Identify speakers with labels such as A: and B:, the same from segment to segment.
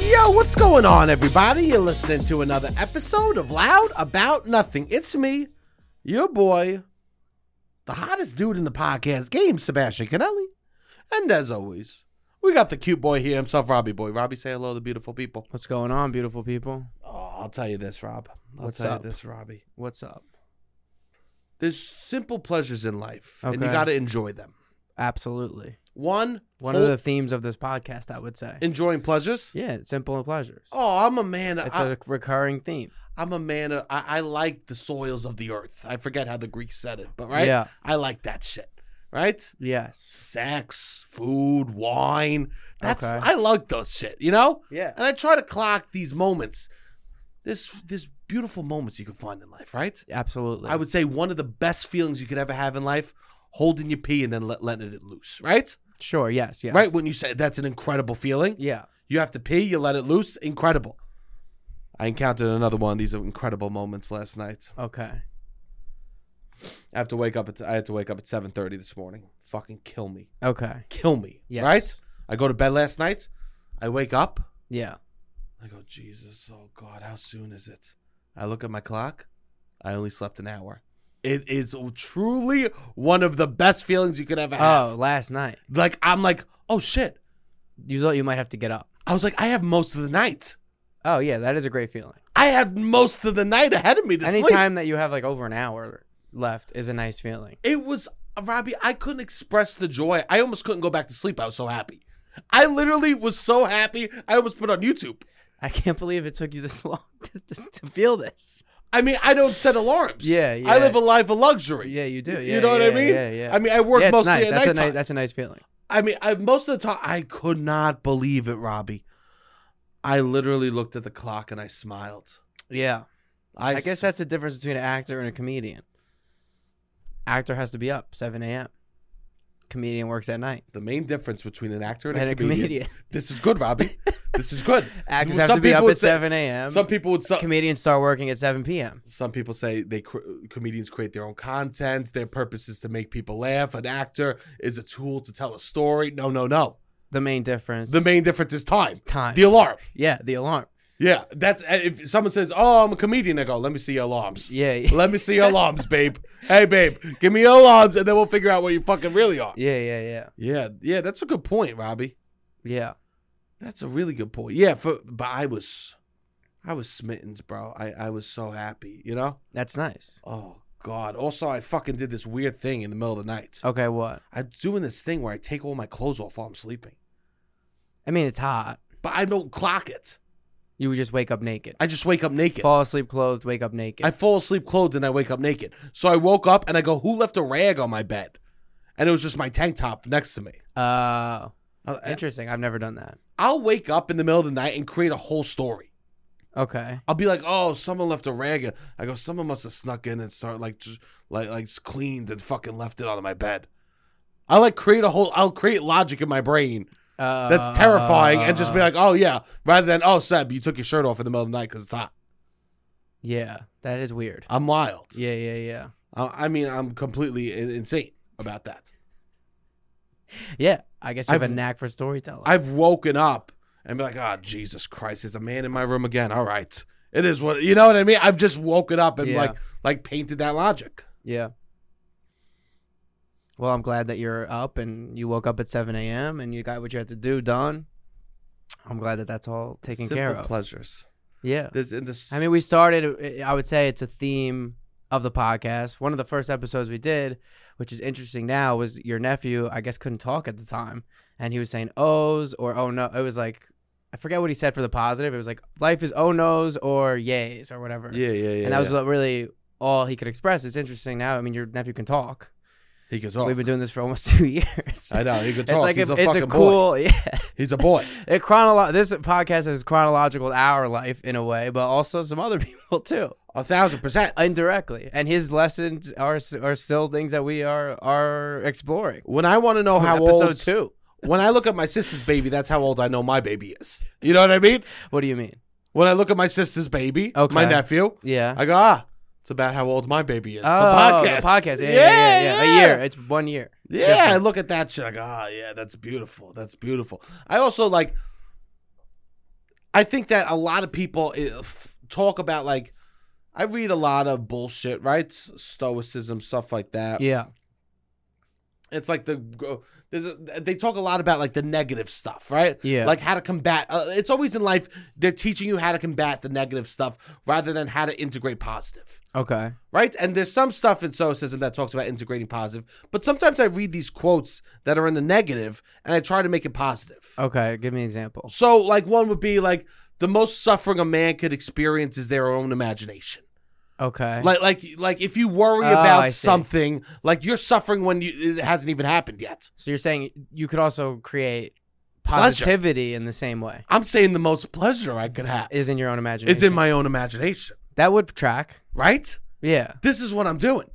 A: Yo, what's going on, everybody? You're listening to another episode of Loud About Nothing. It's me, your boy, the hottest dude in the podcast game, Sebastian Canelli. And as always, we got the cute boy here himself, Robbie Boy. Robbie, say hello to beautiful people.
B: What's going on, beautiful people?
A: Oh, I'll tell you this, Rob. I'll
B: What's
A: tell
B: up?
A: you this, Robbie.
B: What's up?
A: There's simple pleasures in life, and you
B: Okay.
A: got to enjoy them.
B: Absolutely.
A: One,
B: One
A: whole-
B: of the themes of this podcast, I would say.
A: enjoying pleasures.
B: yeah, simple and pleasures.
A: Oh, I'm a man.
B: it's
A: I,
B: a recurring theme.
A: I'm a man. Of, I, I like the soils of the earth. I forget how the Greeks said it, but right.
B: Yeah.
A: I like that shit. Right?
B: Yes.
A: Sex, food, wine. That's
B: Okay.
A: I like those shit, you know?
B: Yeah.
A: And I try to clock these moments. This this beautiful moments you can find in life, right?
B: Absolutely.
A: I would say one of the best feelings you could ever have in life, holding your pee and then let, letting it loose, right?
B: Sure. Yes. Yes.
A: Right when you say that's an incredible feeling.
B: Yeah.
A: You have to pee, you let it loose, incredible. I encountered another one of these incredible moments last night.
B: Okay.
A: I have to wake up. At, I had to wake up at seven thirty this morning. Fucking kill me,
B: Okay.
A: kill me.
B: Yes.
A: Right? I go to bed last night. I wake up.
B: Yeah.
A: I go, Jesus, oh God, how soon is it? I look at my clock. I only slept an hour. It is truly one of the best feelings you could ever have.
B: Oh, last night
A: Like I'm like, oh shit.
B: you thought you might have to get up.
A: I was like, I have most of the night.
B: Oh yeah, that is a great feeling.
A: I have most of the night ahead of me to sleep.
B: Anytime that you have like over an hour left is a nice feeling.
A: It was Robbie. I couldn't express the joy. I almost couldn't go back to sleep. I was so happy. I literally was so happy. I almost put on YouTube.
B: I can't believe it took you this long to, to, to feel this.
A: I mean, I don't set alarms.
B: Yeah, yeah.
A: I live a life of luxury.
B: Yeah, you do.
A: You
B: Yeah,
A: know what I
B: yeah,
A: mean?
B: Yeah, yeah.
A: I mean, I work
B: Yeah, it's
A: mostly
B: nice.
A: at
B: that's
A: nighttime.
B: A nice, that's a nice feeling.
A: I mean, I, most of the time, I could not believe it, Robbie. I literally looked at the clock and I smiled.
B: Yeah.
A: I,
B: I guess that's the difference between an actor and a comedian. Actor has to be up 7 a.m. Comedian works at night.
A: the main difference between an actor and,
B: And
A: a,
B: a
A: comedian.
B: comedian.
A: This is good, Robbie. this is good.
B: Actors
A: Some
B: have to be
A: people
B: up
A: would
B: at
A: say-
B: 7 a.m.
A: Some people would say,
B: Comedians start working at 7 p.m.
A: some people say they cr- comedians create their own content their purpose is to make people laugh an actor is a tool to tell a story no no no
B: The main difference.
A: the main difference is time
B: Time.
A: the alarm
B: yeah, the alarm.
A: yeah that's eh, if someone says oh i'm a comedian i go let me see your alarms
B: Yeah. Yeah,
A: let me see your alarms babe hey babe give me your alarms and then we'll figure out where you fucking really are
B: yeah, yeah, yeah.
A: yeah yeah that's a good point robbie
B: Yeah.
A: that's a really good point yeah for but i was i was smittens bro i i was so happy you know
B: That's nice.
A: oh god also i fucking did this weird thing in the middle of the night
B: Okay, what?
A: I'm doing this thing where I take all my clothes off while I'm sleeping,
B: I mean, it's hot.
A: but I don't clock it.
B: You would just wake up naked.
A: I just wake up naked.
B: Fall asleep clothed, wake up naked.
A: I fall asleep clothed and I wake up naked. So I woke up and I go, "Who left a rag on my bed?" And it was just my tank top next to me.
B: uh,
A: I-
B: interesting. I've never done that.
A: I'll wake up in the middle of the night and create a whole story.
B: Okay.
A: I'll be like, "Oh, someone left a rag." I go, "Someone must have snuck in and start like, just, like, like just cleaned and fucking left it on my bed." I like create a whole. I'll create logic in my brain
B: Uh,
A: that's terrifying and just be like, "Oh yeah," rather than, "Oh Seb, you took your shirt off in the middle of the night because it's hot."
B: yeah, that is weird.
A: I'm wild.
B: Yeah, yeah, yeah.
A: I, I mean, I'm completely in- insane about that.
B: Yeah, I guess you have
A: I've-
B: a knack for storytelling.
A: I've woken up and be like, oh, Jesus Christ, there's a man in my room again. All right. It is what, you know what I mean? I've just woken up and
B: Yeah.
A: like, like painted that logic.
B: yeah. Well, I'm glad that you're up and you woke up at 7 a.m. and you got what you had to do done. I'm glad that that's all taken
A: Simple
B: care of.
A: pleasures.
B: yeah.
A: There's in this.
B: I mean, we started, I would say it's a theme of the podcast. One of the first episodes we did, which is interesting now, was your nephew, I guess, couldn't talk at the time. And he was saying ohs or oh no. It was like, I forget what he said for the positive. It was like, life is oh no's or yays or whatever.
A: yeah, yeah, yeah.
B: and that was
A: yeah.
B: what really all he could express. It's interesting now. I mean, your nephew can talk.
A: he could talk.
B: We've been doing this for almost two years.
A: I know he could
B: It's
A: talk.
B: like
A: He's
B: a,
A: a,
B: it's
A: fucking
B: a cool, yeah.
A: boy. He's a boy.
B: It chronolo- This podcast is chronological to our life in a way, but also some other people too,
A: A thousand percent.
B: indirectly. And his lessons are s- are still things that we are are exploring.
A: When I want to know how
B: Episode
A: old,
B: two.
A: when I look at my sister's baby, that's how old I know my baby is. You know what I mean?
B: What do you mean?
A: When I look at my sister's baby,
B: Okay.
A: my nephew,
B: Yeah.
A: I go, ah, it's about how old my baby is.
B: Oh,
A: the podcast.
B: Yeah, yeah, yeah, yeah, A year. It's one year.
A: Yeah, I
B: Different.
A: look at that shit. I go, ah, yeah, that's beautiful. That's beautiful. I also like. I think that a lot of people eh, f- talk about like, I read a lot of bullshit, right? S- Stoicism stuff like that.
B: Yeah.
A: It's like the go- there's a, they talk a lot about like the negative stuff, right?
B: Yeah.
A: Like how to combat. Uh, it's always in life they're teaching you how to combat the negative stuff rather than how to integrate positive
B: Okay.
A: right? And there's some stuff in Stoicism that talks about integrating positive, but sometimes I read these quotes that are in the negative and I try to make it positive.
B: Okay. Give me an example.
A: So, like, one would be like, the most suffering a man could experience is their own imagination.
B: Okay.
A: Like, like, like if you worry
B: Oh, I
A: about
B: see.
A: something, like you're suffering when you, it hasn't even happened yet.
B: so you're saying you could also create positivity in the same way
A: I'm saying the most pleasure I could have
B: is in your own imagination.
A: is in my own imagination,
B: that would track.
A: right?
B: Yeah.
A: This is what I'm doing.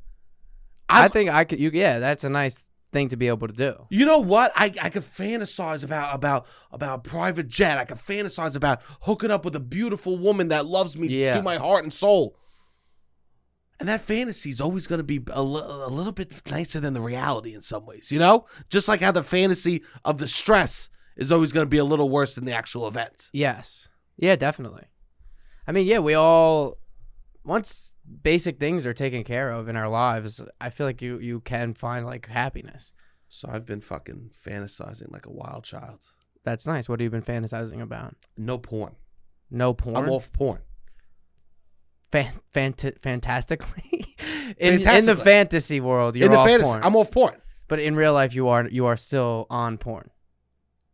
B: i
A: I'm-
B: think I could. You yeah. That's a nice thing to be able to do.
A: You know what? I, I could fantasize about about about a private jet. I could fantasize about hooking up with a beautiful woman that loves me
B: Yeah.
A: through my heart and soul. And that fantasy is always going to be a li- a little bit nicer than the reality in some ways, you know? Just like how the fantasy of the stress is always going to be a little worse than the actual event.
B: Yes. Yeah. Definitely. I mean, yeah. We all once basic things are taken care of in our lives, I feel like you you can find like happiness.
A: So I've been fucking fantasizing like a wild child.
B: That's nice. What have you been fantasizing about?
A: No porn.
B: No porn.
A: I'm off porn.
B: fan, fant- fantastically in, in the
A: Fantastically.
B: fantasy world you're
A: in the
B: off
A: fantasy,
B: porn
A: I'm off porn.
B: but in real life you are you are still on porn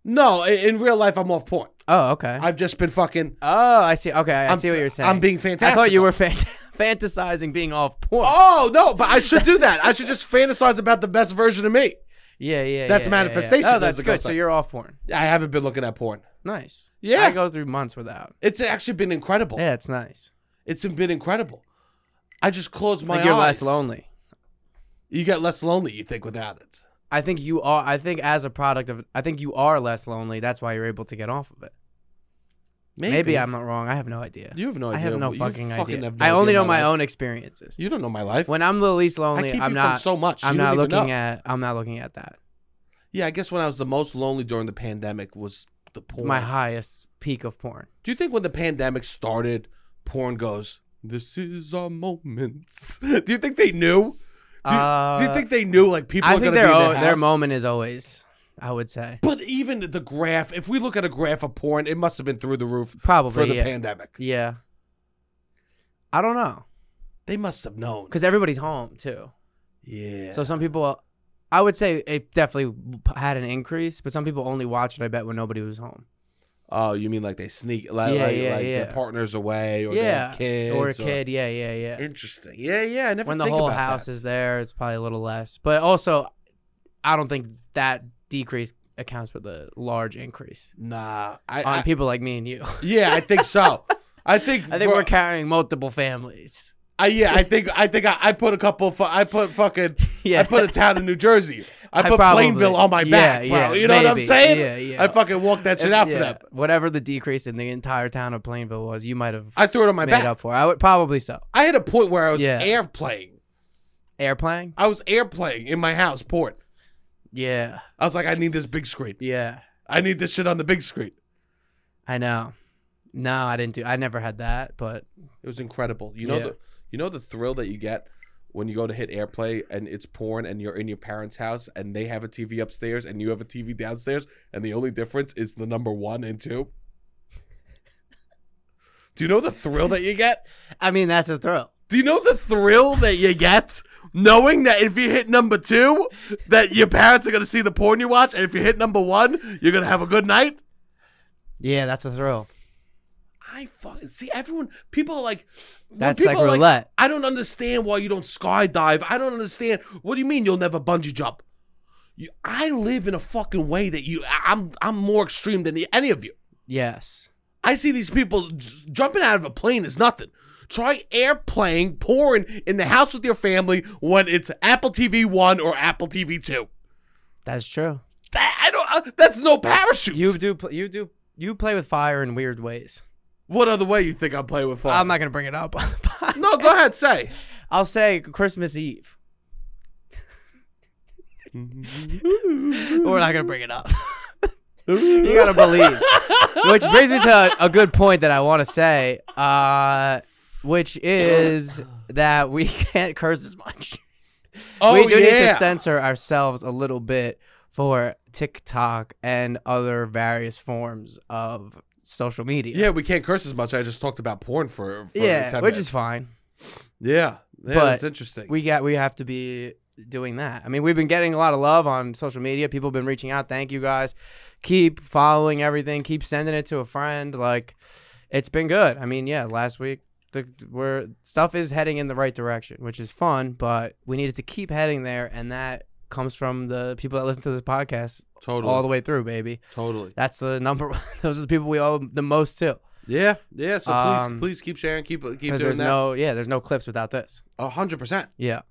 A: No, i- in real life, I'm off porn.
B: oh okay
A: I've just been fucking
B: oh i see okay i
A: I'm
B: see what
A: fa-
B: you're saying
A: I'm being
B: i thought
A: fantastic.
B: you were fant- fantasizing being off porn
A: Oh no, but I should do that. I should just fantasize about the best version of me.
B: yeah yeah
A: That's
B: yeah, yeah, yeah.
A: manifestation,
B: oh
A: that's
B: that's
A: the
B: good
A: concept.
B: so you're off porn
A: I haven't been looking at porn.
B: nice
A: Yeah.
B: i go through months without
A: It's actually been incredible.
B: yeah it's nice
A: It's been incredible. I just closed my
B: like you're less
A: eyes.
B: lonely
A: You get less lonely, you think, without it.
B: i think you are i think as a product of i think you are less lonely that's why you're able to get off of it maybe, i'm not wrong i have no idea
A: You have no
B: I
A: idea.
B: have no
A: You
B: fucking idea.
A: have no
B: I
A: idea
B: only know
A: about
B: my
A: life.
B: own experiences.
A: You don't know my life.
B: When I'm the least
A: I
B: lonely,
A: keep
B: I'm
A: you from
B: not.
A: so much.
B: I'm
A: you
B: not
A: don't even
B: looking
A: know.
B: at. I'm not looking at that.
A: Yeah, I guess when I was the most lonely during the pandemic was the porn.
B: My highest peak of porn.
A: Do you think when the pandemic started, porn goes, "This is our moments"? Do you think they knew? Do you, do you
B: Uh,
A: think they knew like people
B: I
A: are
B: think
A: gonna
B: their
A: be in
B: o-
A: their,
B: their
A: house?
B: moment is always. I would say
A: But even the graph, if we look at a graph of porn, it must have been through the roof
B: probably
A: for the
B: yeah.
A: pandemic.
B: yeah. I don't know
A: They must have known.
B: because everybody's home too.
A: Yeah.
B: So some people, I would say it definitely had an increase, but some people only watch it. I bet when nobody was home.
A: oh, you mean like they sneak, like,
B: Yeah,
A: like,
B: yeah,
A: like their
B: yeah.
A: partners away, or
B: yeah,
A: they have kids,
B: or a kid. Yeah, yeah, yeah.
A: Interesting. Yeah, yeah. I never
B: when the
A: think
B: whole
A: about
B: house
A: that.
B: is there, it's probably a little less. But also, I don't think that decrease accounts for the large increase
A: Nah, I,
B: on
A: I
B: people like me and you.
A: yeah, I think so. I think
B: I think
A: for-
B: we're carrying multiple families.
A: I, yeah, I think I think I, I put a couple. Fu- I put fucking.
B: Yeah.
A: I put a town in New Jersey. I, put
B: probably-
A: Plainville on my
B: yeah,
A: back, bro.
B: yeah,
A: you know what I'm
B: maybe.
A: saying?
B: Yeah, yeah.
A: I fucking walked that shit out
B: Yeah,
A: for them.
B: Whatever the decrease in the entire town of Plainville was, you might have
A: I threw it on my
B: made
A: back.
B: up for. I would probably so.
A: I hit a point where I was
B: Yeah.
A: airplaying.
B: Airplane?
A: I was airplaying in my house port.
B: Yeah.
A: I was like, I need this big screen.
B: Yeah.
A: I need this shit on the big screen.
B: I know. No, I didn't do I never had that, but
A: It was incredible. You know
B: Yeah.
A: the you know the thrill that you get when you go to hit airplay and it's porn and you're in your parents' house and they have a TV upstairs and you have a TV downstairs and the only difference is the number one and two. Do you know the thrill that you get?
B: I mean that's a thrill.
A: Do you know the thrill that you get knowing that if you hit number two, that your parents are gonna see the porn you watch, and if you hit number one, you're gonna have a good night?
B: Yeah, that's a thrill.
A: I fucking see everyone. People are like, when
B: That's
A: people
B: like
A: are
B: roulette.
A: I don't understand why you don't skydive. I don't understand. What do you mean you'll never bungee jump? You, I live in a fucking way that you. I- I'm I'm more extreme than the, any of you.
B: Yes.
A: I see these people j- jumping out of a plane is nothing. Try airplane pouring in the house with your family when it's Apple TV one or Apple TV two.
B: That's true.
A: That, I don't. uh, that's no parachute.
B: You do. pl- You do. You play with fire in weird ways.
A: What other way you think I'm playing with fire?
B: I'm not gonna bring it up. on the pod.
A: no, go ahead, say.
B: I'll say Christmas Eve. We're not gonna bring it up. you gotta believe. Which brings me to a, a good point that I want to say, uh, which is that we can't curse as much.
A: oh,
B: we do need to
A: yeah.
B: censor ourselves a little bit for TikTok and other various forms of social media.
A: Yeah, we can't curse as much. I just talked about porn for, for
B: yeah,
A: 10
B: which
A: minutes.
B: is fine.
A: Yeah, yeah, that's interesting.
B: We got we have to be doing that. I mean, we've been getting a lot of love on social media. People have been reaching out. Thank you guys. Keep following everything. Keep sending it to a friend. Like it's been good. I mean, yeah, last week the where stuff is heading in the right direction, which is fun, but we needed to keep heading there and that comes from the people that listen to this podcast
A: totally,
B: all the way through, baby.
A: totally.
B: That's the number one. Those are the people we owe the most to.
A: Yeah, yeah. So please,
B: Um,
A: please keep sharing, keep keep doing
B: Because there's
A: that.
B: no yeah, there's no clips without this.
A: A hundred percent.
B: Yeah.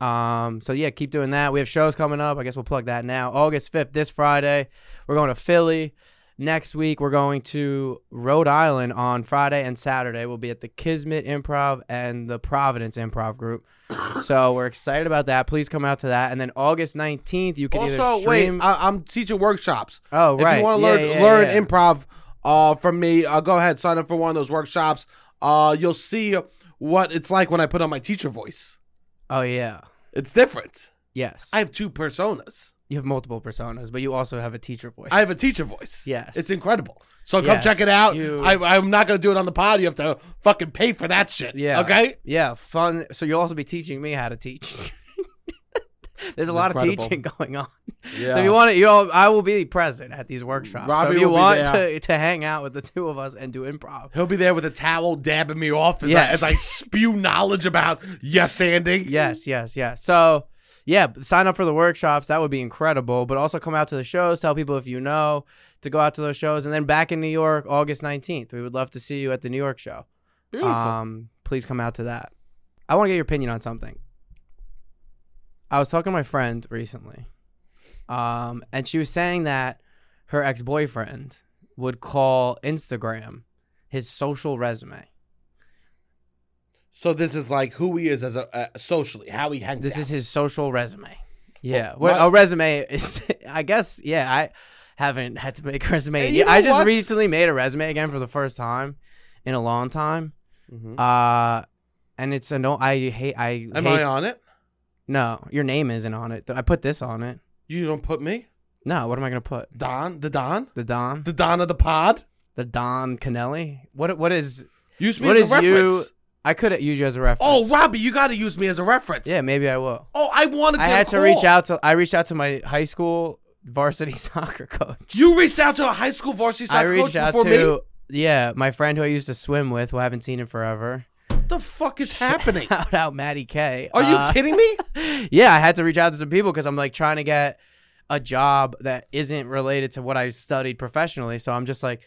B: Um, so yeah, keep doing that. We have shows coming up. I guess we'll plug that now. August 5th, this Friday, we're going to Philly. Next week, we're going to Rhode Island on Friday and Saturday. We'll be at the Kismet Improv and the Providence Improv Group. so we're excited about that. Please come out to that. And then August 19th, you can either
A: Also, wait,
B: stream.
A: I, I'm teaching workshops.
B: oh, right.
A: If you want to
B: Yeah,
A: learn
B: yeah, yeah,
A: learn
B: yeah.
A: improv uh, from me, uh, go ahead sign up for one of those workshops. Uh, you'll see what it's like when I put on my teacher voice.
B: Oh, yeah.
A: It's different.
B: Yes.
A: I have two personas.
B: you have multiple personas, but you also have a teacher voice.
A: I have a teacher voice.
B: Yes.
A: it's incredible. So come
B: Yes,
A: check it out.
B: you-
A: I, I'm not gonna do it on the pod. You have to fucking pay for that shit.
B: Yeah.
A: Okay.
B: Yeah, fun. So you'll also be teaching me how to teach. There's a lot
A: Incredible.
B: of teaching going on.
A: Yeah.
B: So if you want to, you all, I will be present at these workshops. so
A: Robbie
B: if you
A: will be
B: want
A: there.
B: to, to hang out with the two of us and do improv,
A: He'll be there with a towel dabbing me off as, I,
B: Yes.
A: as I spew knowledge about yes anding.
B: yes, yes, yes. So yeah, b- sign up for the workshops. That would be incredible. But also come out to the shows. Tell people if you know to go out to those shows. And then back in New York, August 19th, we would love to see you at the New York show.
A: Beautiful.
B: Um, please come out to that. I want to get your opinion on something. I was talking to my friend recently, um, and she was saying that her ex boyfriend would call Instagram his social resume.
A: so this is like who he is as a uh, socially, how he hangs
B: This
A: out.
B: is his social resume. Yeah,
A: Well,
B: well,
A: my-
B: a resume is. I guess yeah. I haven't had to make a resume.
A: And
B: in
A: you
B: years. I
A: know
B: just
A: what?
B: recently made a resume again for the first time in a long time. Uh, and it's a no. I hate. I
A: Am
B: hate
A: I on it?
B: No, your name isn't on it. I put this on it.
A: You don't put me?
B: No, what am I gonna put?
A: Don? The Don?
B: The Don,
A: The Don of the pod?
B: the Don Canelli. What? What is?
A: Use me
B: What
A: as
B: is
A: a reference.
B: you? I could use you as a reference.
A: Oh, Robbie, you got to use me as a reference.
B: yeah, maybe I will.
A: Oh, I want to
B: I
A: get
B: had
A: a
B: to
A: call.
B: reach out to. I reached out to my high school varsity soccer coach.
A: You reached out to a high school varsity
B: I
A: soccer
B: reached
A: coach
B: out
A: before
B: to yeah, my friend who I used to swim with, who I haven't seen in forever.
A: me? What the fuck is happening?
B: Shout out Maddie K.
A: Are you
B: Uh,
A: kidding me?
B: yeah, I had to reach out to some people because I'm like trying to get a job that isn't related to what I studied professionally. So I'm just like,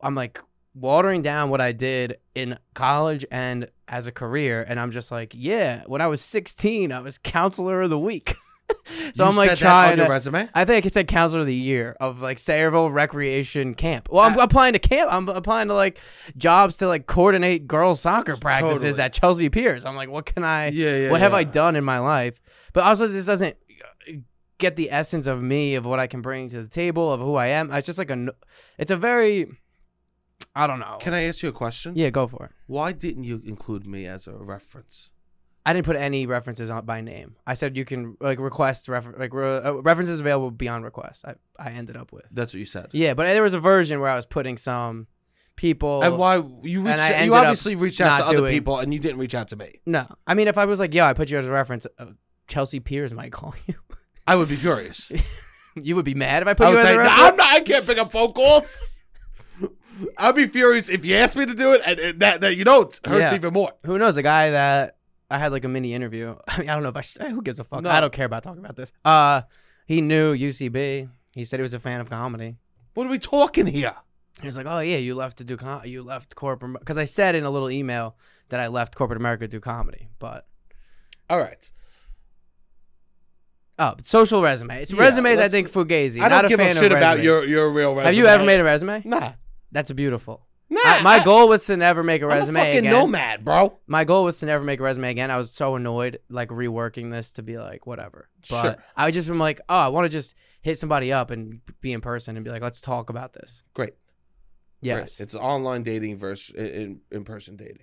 B: I'm like watering down what I did in college and as a career. And I'm just like, yeah, when I was 16, I was counselor of the week. so
A: You
B: I'm like
A: said that on
B: trying
A: your
B: to.
A: resume.
B: I think it said counselor of the year of like Sayreville Recreation Camp. Well, I'm
A: Ah.
B: applying to camp. I'm applying to like jobs to like coordinate girls soccer practices
A: Totally.
B: at Chelsea Piers. I'm like, what can I?
A: Yeah, yeah.
B: what have I
A: yeah.
B: done in my life? But also, this doesn't uh, get the essence of me, of what I can bring to the table, of who I am. It's just like a, n- it's a very, I don't know.
A: Can I ask you a question?
B: yeah, go for it.
A: Why didn't you include me as a reference?
B: I didn't put any references on by name. I said you can like request refer- like re- uh, references available beyond request. I I ended up with.
A: That's what you said.
B: Yeah, but there was a version where I was putting some people.
A: And why you reached?
B: I ended
A: you
B: up
A: obviously reached out to
B: not
A: other
B: doing-
A: people, and you didn't reach out to me.
B: No, I mean if I was like, yo, I put you as a reference. Uh, Chelsea Piers might call you.
A: I would be furious.
B: you would be mad if I put
A: I
B: you
A: would
B: as
A: say,
B: a
A: "No,
B: reference.
A: I'm not. I can't pick up phone calls. I'd be furious if you asked me to do it, and, and that, that you don't hurts
B: Yeah.
A: even more.
B: who knows a guy that I had like a mini interview. I mean, I don't know if I should, who gives a fuck.
A: No.
B: I don't care about talking about this. Uh, he knew UCB. He said he was a fan of comedy.
A: What are we talking here?
B: He was like, "Oh yeah, you left to do com- you left corporate because I said in a little email that I left corporate America to do comedy, but
A: All right,
B: oh, but social resume. It's
A: Yeah,
B: resumes. I
A: let's-
B: think fugazi.
A: I
B: not
A: don't give
B: a
A: a,
B: fan
A: shit
B: of
A: about
B: resumes.
A: your your real resume.
B: Have you ever made a resume?
A: Nah,
B: That's beautiful.
A: Nah,
B: I- my
A: I-
B: goal was to never make a
A: I'm a
B: resume
A: fucking
B: again.
A: nomad, bro.
B: my goal was to never make a resume again. I was so annoyed, like reworking this to be like whatever. But
A: Sure.
B: I just been like, oh, I want to just hit somebody up and be in person and be like, let's talk about this.
A: Great. Right.
B: Yes,
A: It's online dating versus in in person dating.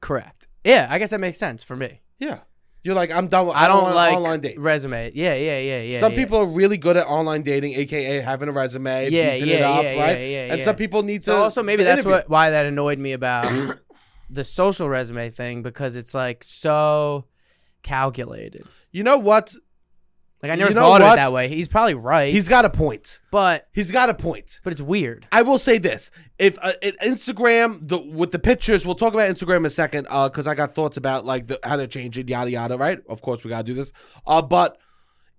B: correct. Yeah, I guess that makes sense for me.
A: Yeah. You're like, I'm done with
B: I don't
A: online,
B: like
A: online dates.
B: resume. Yeah, yeah, yeah, yeah.
A: some
B: yeah.
A: people are really good at online dating, aka having a resume,
B: Yeah,
A: beefing
B: yeah,
A: it up,
B: yeah, yeah,
A: right?
B: yeah,
A: and
B: yeah.
A: some people need to
B: So also maybe
A: the
B: that's
A: interview.
B: what why that annoyed me about the social resume thing because it's like so calculated.
A: you know what?
B: Like I never
A: You know
B: thought of
A: what?
B: it that way. He's probably right.
A: He's got a point.
B: but
A: He's got a point.
B: but it's weird.
A: I will say this: if uh, it- Instagram the with the pictures, we'll talk about Instagram in a second, because I got thoughts about like the, how they're changing, yada yada. Right? Of course, we gotta do this. Uh, but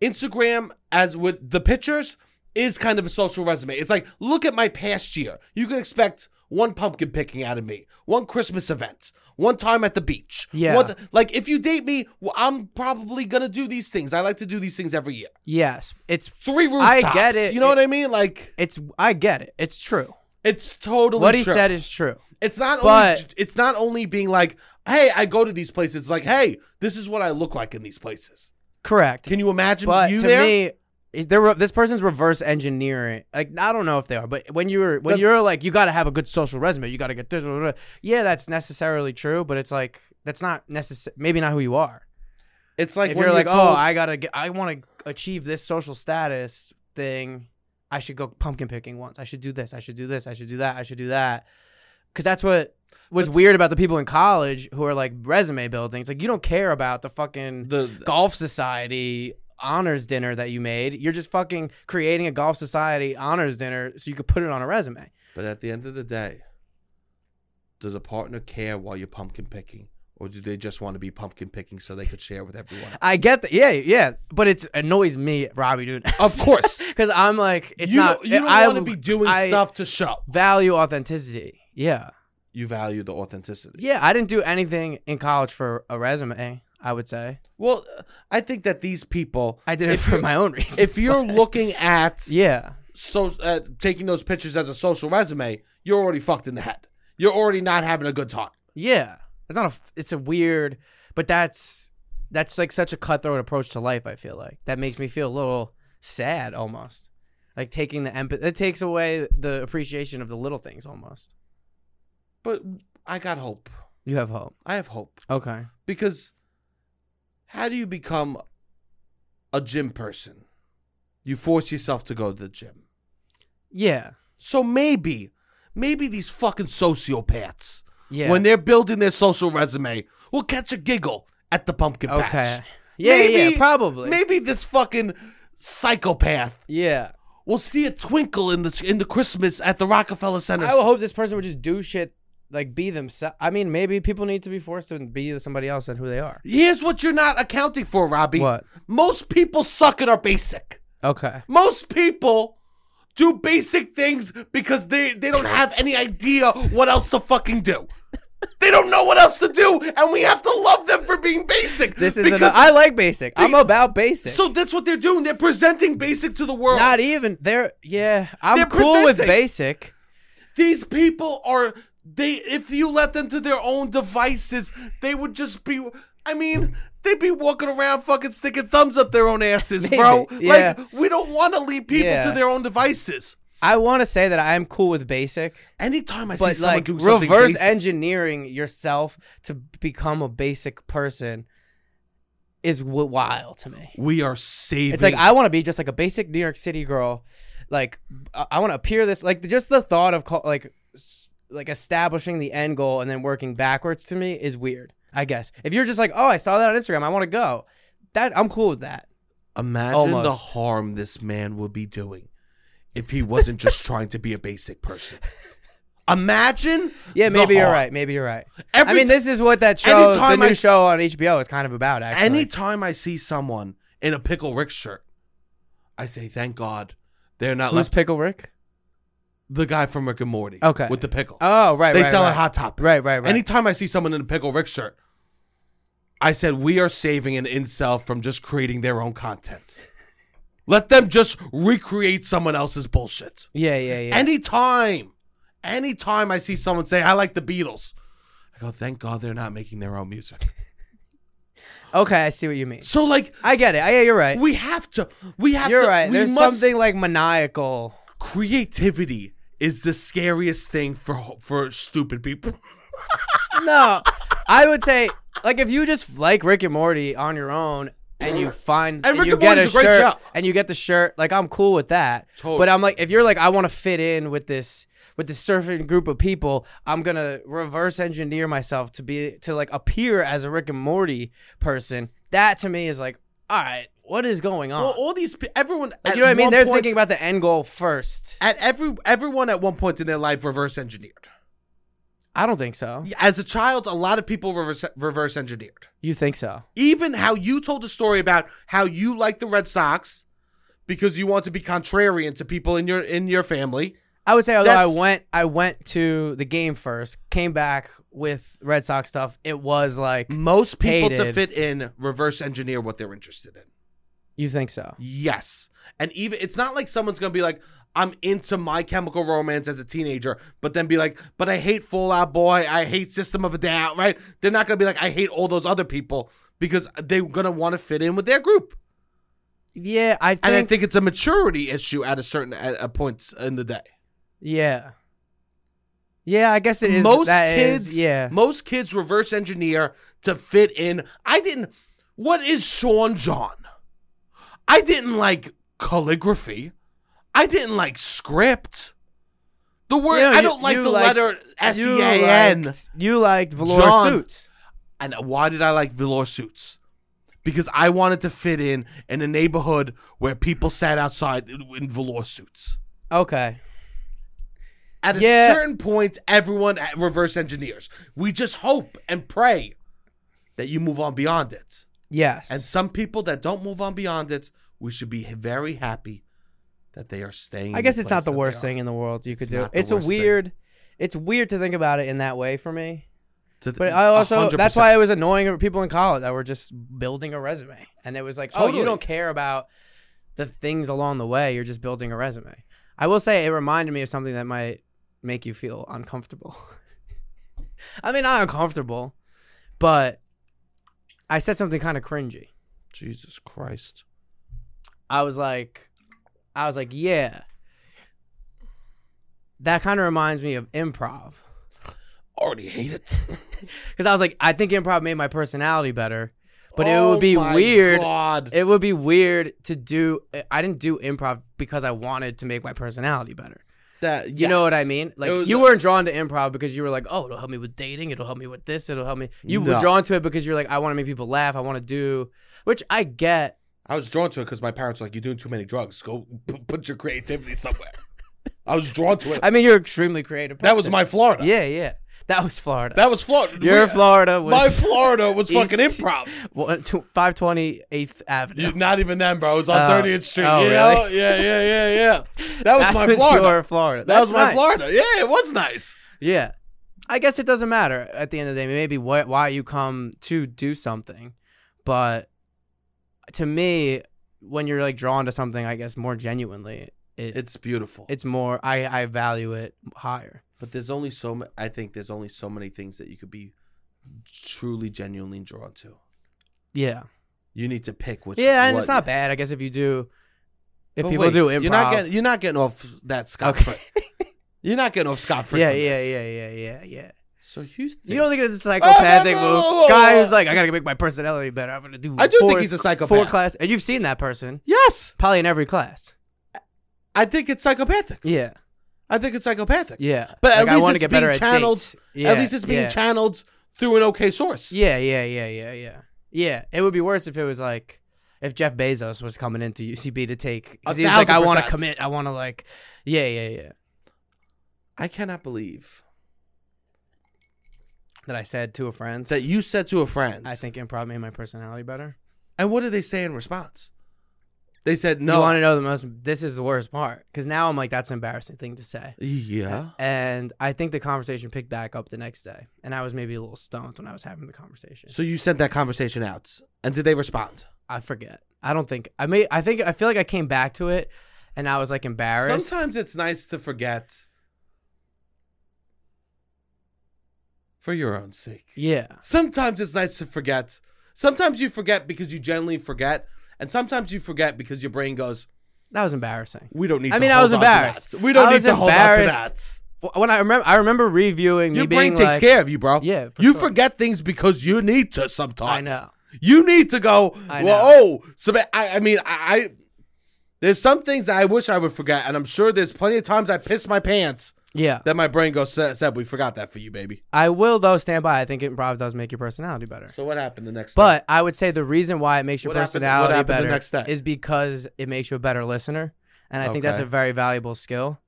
A: Instagram, as with the pictures, is kind of a social resume. It's like, look at my past year. You can expect one pumpkin picking out of me, one Christmas event, one time at the beach.
B: Yeah.
A: one t- like if you date me, well, I'm probably gonna do these things. I like to do these things every year.
B: Yes, it's
A: Three
B: I
A: rooftops.
B: get it.
A: You know what I mean? Like
B: it's I get it. It's true.
A: it's totally
B: What he
A: true.
B: said is true.
A: It's not only
B: But-
A: it's not only being like, hey, I go to these places. It's like, hey, this is what I look like in these places.
B: Correct.
A: Can you imagine
B: but
A: you
B: to
A: there?
B: me is there were- this person's reverse engineering like i don't know if they are but when you're when
A: The-
B: you're like you got to have a good social resume you got to get this, blah, blah, blah. yeah that's necessarily true but it's like that's not necessary maybe not who you are
A: it's like
B: if
A: when
B: you're like
A: told-
B: oh i gotta get, i want to achieve this social status thing i should go pumpkin picking once i should do this i should do this i should do that i should do that because that's what was
A: That's-
B: weird about the people in college who are like resume building it's like you don't care about the fucking
A: the
B: golf society honors dinner that you made. You're just fucking creating a golf society honors dinner so you could put it on a resume.
A: But at the end of the day, does a partner care while you're pumpkin picking? Or do they just want to be pumpkin picking so they could share with everyone?
B: I get that. Yeah, yeah. But it annoys me, Robbie, dude.
A: Of course.
B: Because I'm like, it's
A: you
B: not.
A: don't, you don't
B: I
A: want to be doing
B: I
A: stuff to show.
B: Value authenticity. Yeah.
A: You value the authenticity.
B: Yeah. I didn't do anything in college for a resume, I would say.
A: Well, I think that these people,
B: I did it
A: If
B: for
A: you-
B: my own reasons.
A: if you're
B: but-
A: looking at
B: Yeah.
A: so uh, taking those pictures as a social resume, you're already fucked in the head. You're already not having a good time.
B: Yeah. It's not a. f- It's a weird, but that's that's like such a cutthroat approach to life. I feel like that makes me feel a little sad almost. Like taking the empathy, that takes away the appreciation of the little things almost.
A: But I got hope.
B: You have hope.
A: I have hope
B: Okay.
A: because how do you become a gym person? You force yourself to go to the gym.
B: Yeah.
A: So maybe, maybe these fucking sociopaths,
B: Yeah.
A: when they're building their social resume, will catch a giggle at the pumpkin patch.
B: okay. Yeah. yeah.
A: Maybe-
B: Probably.
A: Maybe this fucking psychopath
B: Yeah.
A: will see a twinkle in the in the Christmas at the Rockefeller Center.
B: I would hope this person would just do shit like be themselves. I mean, maybe people need to be forced to be somebody else than who they are.
A: Here's what you're not accounting for, Robbie.
B: What?
A: Most people suck and are basic.
B: Okay.
A: Most people do basic things because they, they don't have any idea what else to fucking do. they don't know what else to do, and we have to love them for being basic.
B: This is.
A: because
B: Because I like basic. I'm about basic.
A: so that's what they're doing. They're presenting basic to the world.
B: Not even they're yeah. I'm
A: They're
B: cool with
A: presenting.
B: basic.
A: These people are they if you let them to their own devices, they would just be I mean, they'd be walking around fucking sticking thumbs up their own asses, bro.
B: Maybe, yeah.
A: Like we don't want to lead people
B: Yeah.
A: to their own devices.
B: I want to say that I am cool with basic,
A: Anytime I see
B: but
A: someone
B: like
A: do something
B: reverse
A: basic-
B: engineering yourself to become a basic person is w- wild to me.
A: we are saving
B: It's like I want to be just like a basic New York City girl. Like I, I want to appear this like just the thought of call, like s- like establishing the end goal and then working backwards to me is weird. I guess if you're just like oh I saw that on Instagram I want to go that I'm cool with that.
A: imagine the
B: Almost.
A: harm this man would be doing if he wasn't just trying to be a basic person. Imagine
B: Yeah,
A: the
B: maybe you're
A: harm.
B: right. Maybe you're right.
A: Every
B: I mean,
A: ti-
B: this is what that show, the
A: Anytime
B: new
A: I s-
B: show on HBO, is kind of about. Actually,
A: Anytime I see someone in a pickle Rick shirt, I say, "Thank God they're not
B: who's
A: left."
B: Pickle Rick?
A: the guy from Rick and Morty,
B: Okay.
A: with the pickle.
B: Oh, right.
A: they
B: right,
A: sell
B: right.
A: a hot topic.
B: Right, right, right.
A: Anytime I see someone in a pickle Rick shirt, I said, "We are saving an incel from just creating their own content. Let them just recreate someone else's bullshit."
B: yeah, yeah, yeah.
A: Anytime, Anytime I see someone say, I like the Beatles, I go, thank God they're not making their own music.
B: Okay, I see what you mean.
A: So, like,
B: I get it. I, yeah, you're right.
A: we have to, we have
B: You're
A: to,
B: right.
A: we
B: There's
A: must-
B: something like maniacal.
A: creativity is the scariest thing for for stupid people.
B: No, I would say like if you just like Rick and Morty on your own and you find
A: And Rick
B: you
A: and
B: get
A: Morty's
B: a
A: a great
B: shirt
A: show.
B: and you get the shirt, like I'm cool with that.
A: Totally.
B: But I'm like, if you're like, I want to fit in with this with this certain group of people, I'm gonna reverse engineer myself to be to like appear as a Rick and Morty person. That to me is like, all right, what is going on?
A: Well, all these pe- everyone,
B: like,
A: at
B: Uh. you know what I mean?
A: one
B: They're
A: point-
B: thinking about the end goal first.
A: at every everyone at one point in their life reverse engineered.
B: I don't think so.
A: As a child, a lot of people reverse reverse engineered.
B: You think so?
A: Even how you told the story about how you like the Red Sox because you want to be contrarian to people in your in your family.
B: I would say although I
A: That's-
B: went I went to the game first, came back with Red Sox stuff, it was like
A: Most people to
B: Hated.
A: fit in reverse engineer what they're interested in.
B: you think so.
A: Yes. And even it's not like someone's gonna be like, I'm into my chemical romance as a teenager, but then be like, but I hate Fall Out Boy, I hate System of a Down, right? They're not gonna be like, I hate all those other people because they're gonna wanna fit in with their group.
B: Yeah, I think,
A: And I think it's a maturity issue at a certain at a point in the day.
B: yeah. Yeah, I guess it is
A: most
B: that is-
A: kids
B: yeah.
A: most kids reverse engineer to fit in i didn't what is sean john i didn't like calligraphy i didn't like script the word
B: Yeah,
A: i
B: you-
A: don't like
B: you
A: the
B: liked-
A: letter E
B: You
A: s-e-a-n
B: liked- You liked velour
A: John.
B: suits.
A: and why did i like velour suits because i wanted to fit in in a neighborhood where people sat outside in in velour suits
B: Okay.
A: at a
B: Yeah.
A: certain point, everyone at reverse engineers. We just hope and pray that you move on beyond it.
B: Yes.
A: And some people that don't move on beyond it, we should be very happy that they are staying.
B: I
A: in
B: guess
A: the
B: it's not
A: place
B: the
A: that they
B: worst
A: are.
B: thing in the world you could
A: It's
B: do.
A: not the
B: It's a
A: worst thing.
B: weird it's weird to think about it in that way for me.
A: To th-
B: But I also
A: 100%.
B: that's why it was annoying of people in college that were just building a resume, and it was like, oh, you
A: Totally.
B: don't care about the things along the way. You're just building a resume. I will say it reminded me of something that might make you feel uncomfortable. I mean, not uncomfortable, but I said something kind of cringy.
A: Jesus Christ.
B: I was like, I was like, yeah. That kind of reminds me of improv.
A: Already hate it.
B: Because I was like, I think improv made my personality better, but it would be weird
A: Oh God.
B: it would be weird to do i didn't do improv because i wanted to make my personality better
A: That-
B: you know what i
A: yes.
B: mean like
A: It was-
B: you weren't drawn to improv because you were like oh it'll help me with dating it'll help me with this it'll help me you were
A: No.
B: drawn to it because you're like i want to make people laugh i want to do which i get
A: I was drawn to it because my parents were like, "You're doing too many drugs. Go p- put your creativity somewhere." I was drawn to it.
B: i mean you're an extremely creative
A: that was
B: person.
A: my Florida.
B: yeah yeah that was florida
A: That was Florida.
B: your
A: We-
B: florida was
A: My Florida was
B: East.
A: fucking improv.
B: one, two, 520 8th avenue
A: You- Not even then, bro. It was on
B: Oh.
A: 30th Street.
B: Oh,
A: you know? Yeah, yeah, yeah, yeah. That was
B: That
A: my Florida.
B: your florida
A: that was
B: That's
A: my
B: nice.
A: Florida. Yeah, it was nice.
B: Yeah. I guess it doesn't matter at the end of the day. Maybe wh- why you come to do something. But to me, when you're like drawn to something, I guess more genuinely, it, it's
A: It's beautiful.
B: it's more I I value it higher.
A: but there's only so ma- I think there's only so many things that you could be truly, genuinely drawn to.
B: Yeah.
A: You need to pick which.
B: Yeah, and
A: what-
B: it's not bad. I guess if you do if
A: But
B: people
A: wait,
B: do improv.
A: you're not getting you're not getting off that scot free. you're not getting off scot free.
B: yeah,
A: from
B: yeah,
A: this.
B: yeah, yeah, yeah, yeah.
A: So you think,
B: You don't think it's a psychopathic
A: no, no,
B: move?
A: no, no, no.
B: Guy who's like, I gotta make my personality better. I'm gonna do.
A: I do
B: four,
A: think he's a
B: four
A: psychopath.
B: class, and you've seen that person
A: yes,
B: probably in every class.
A: I think it's psychopathic.
B: Yeah.
A: I think it's psychopathic.
B: Yeah.
A: But at
B: Like, I
A: least
B: wanna
A: it's
B: get better
A: being
B: at
A: channeled-
B: dates.
A: At
B: Yeah,
A: least it's being
B: yeah.
A: channeled through an okay source.
B: Yeah, yeah, yeah, yeah, yeah. Yeah. It would be worse if it was like if Jeff Bezos was coming into UCB to take 'cause
A: A
B: he was like,
A: thousand
B: I want to
A: percent.
B: commit. I want to like, yeah, yeah, yeah.
A: I cannot believe
B: That I said to a friend.
A: that you said to a friend.
B: I think improv made my personality better.
A: And what did they say in response? They said
B: You
A: no.
B: want to know the most? This is the worst part because now I'm like, that's an embarrassing thing to say.
A: yeah.
B: And I think the conversation picked back up the next day, and I was maybe a little stoned when I was having the conversation.
A: So you sent that conversation out, and did they respond?
B: I forget. I don't think I may. I think I feel like I came back to it, and I was like embarrassed.
A: Sometimes it's nice to forget for your own sake.
B: Yeah.
A: Sometimes it's nice to forget. Sometimes you forget because you generally forget, and sometimes you forget because your brain goes,
B: That was embarrassing.
A: "We don't need."
B: I
A: to
B: mean, I
A: hold
B: was
A: on to that.
B: embarrassed.
A: We don't
B: I
A: need
B: was
A: to hold on to that.
B: embarrassed. When I remember, I remember reviewing
A: Your
B: me
A: brain
B: being
A: takes
B: like,
A: care of you, bro.
B: Yeah, for
A: you
B: sure.
A: forget things because you need to sometimes.
B: I know.
A: You need to go.
B: I
A: well,
B: know.
A: oh, so ba- I, I mean, I, I there's some things I wish I would forget, and I'm sure there's plenty of times I piss my pants
B: Yeah.
A: that my brain goes, "Se- "Seb, we forgot that for you, baby."
B: I will though stand by. I think improv does make your personality better.
A: So what happened the next?
B: But I would say the reason why it makes your
A: What happened- what
B: personality
A: happened the
B: better
A: next day?
B: is because it makes you a better listener, and I think that's a
A: Okay.
B: very valuable skill.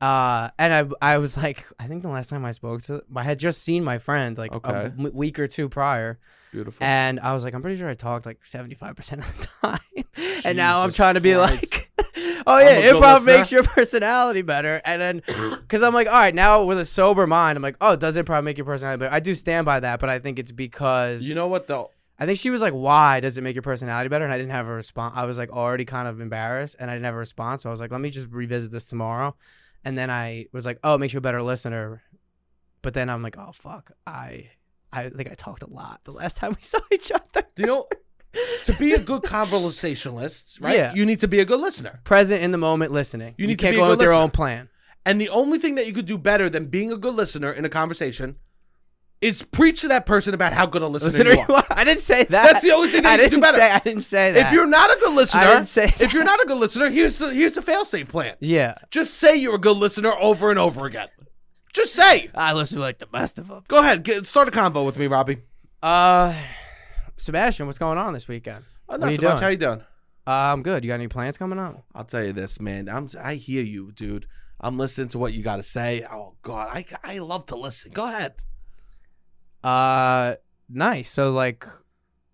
B: Uh, and I I was like, I think the last time I spoke to, I had just seen my friend like a
A: Okay.
B: m- week or two prior,
A: time? beautiful.
B: and I was like, I'm pretty sure I talked like 75 percent of the time, and now I'm
A: Jesus
B: trying to be
A: Christ.
B: like. Oh
A: I'm a
B: yeah,
A: good
B: improv
A: listener.
B: makes your personality better, and then because I'm like, all right, now with a sober mind, I'm like, oh, does improv make your personality better? I do stand by that, but I think it's because
A: You know what though?
B: I think she was like, "Why does it make your personality better?" And I didn't have a response. I was like already kind of embarrassed, and I didn't have a response. So I was like, "Let me just revisit this tomorrow." And then I was like, "Oh, it makes you a better listener," but then I'm like, "Oh fuck, I, I think I talked a lot the last time we saw each other."
A: Do you know? to be a good conversationalist, right?
B: Yeah.
A: You need to be a good listener.
B: Present in the moment, listening.
A: You
B: You,
A: need to
B: can't
A: be a
B: go in
A: good
B: with your
A: listener.
B: own plan.
A: And the only thing that you could do better than being a good listener in a conversation is preach to that person about how good a listener,
B: Listener,
A: you are.
B: you are. I didn't say that.
A: That's the only thing that
B: I
A: you can do
B: didn't
A: better.
B: Say, I didn't say that.
A: If you're not a good listener,
B: I didn't say
A: if you're not a good listener, here's the here's the fail-safe plan.
B: yeah,
A: Just say you're a good listener over and over again. Just say.
B: I listen to like the best of them.
A: Go ahead, get, start a convo with me, Robbie.
B: Uh, Sebastian, what's going on this weekend?
A: Uh,
B: What
A: not
B: are you
A: too much.
B: doing?
A: How you doing?
B: Uh, I'm good. You got any plans coming up?
A: I'll tell you this, man. I'm I hear you, dude. I'm listening to what you got to say. Oh God, I I love to listen. Go ahead.
B: Uh, nice. So like,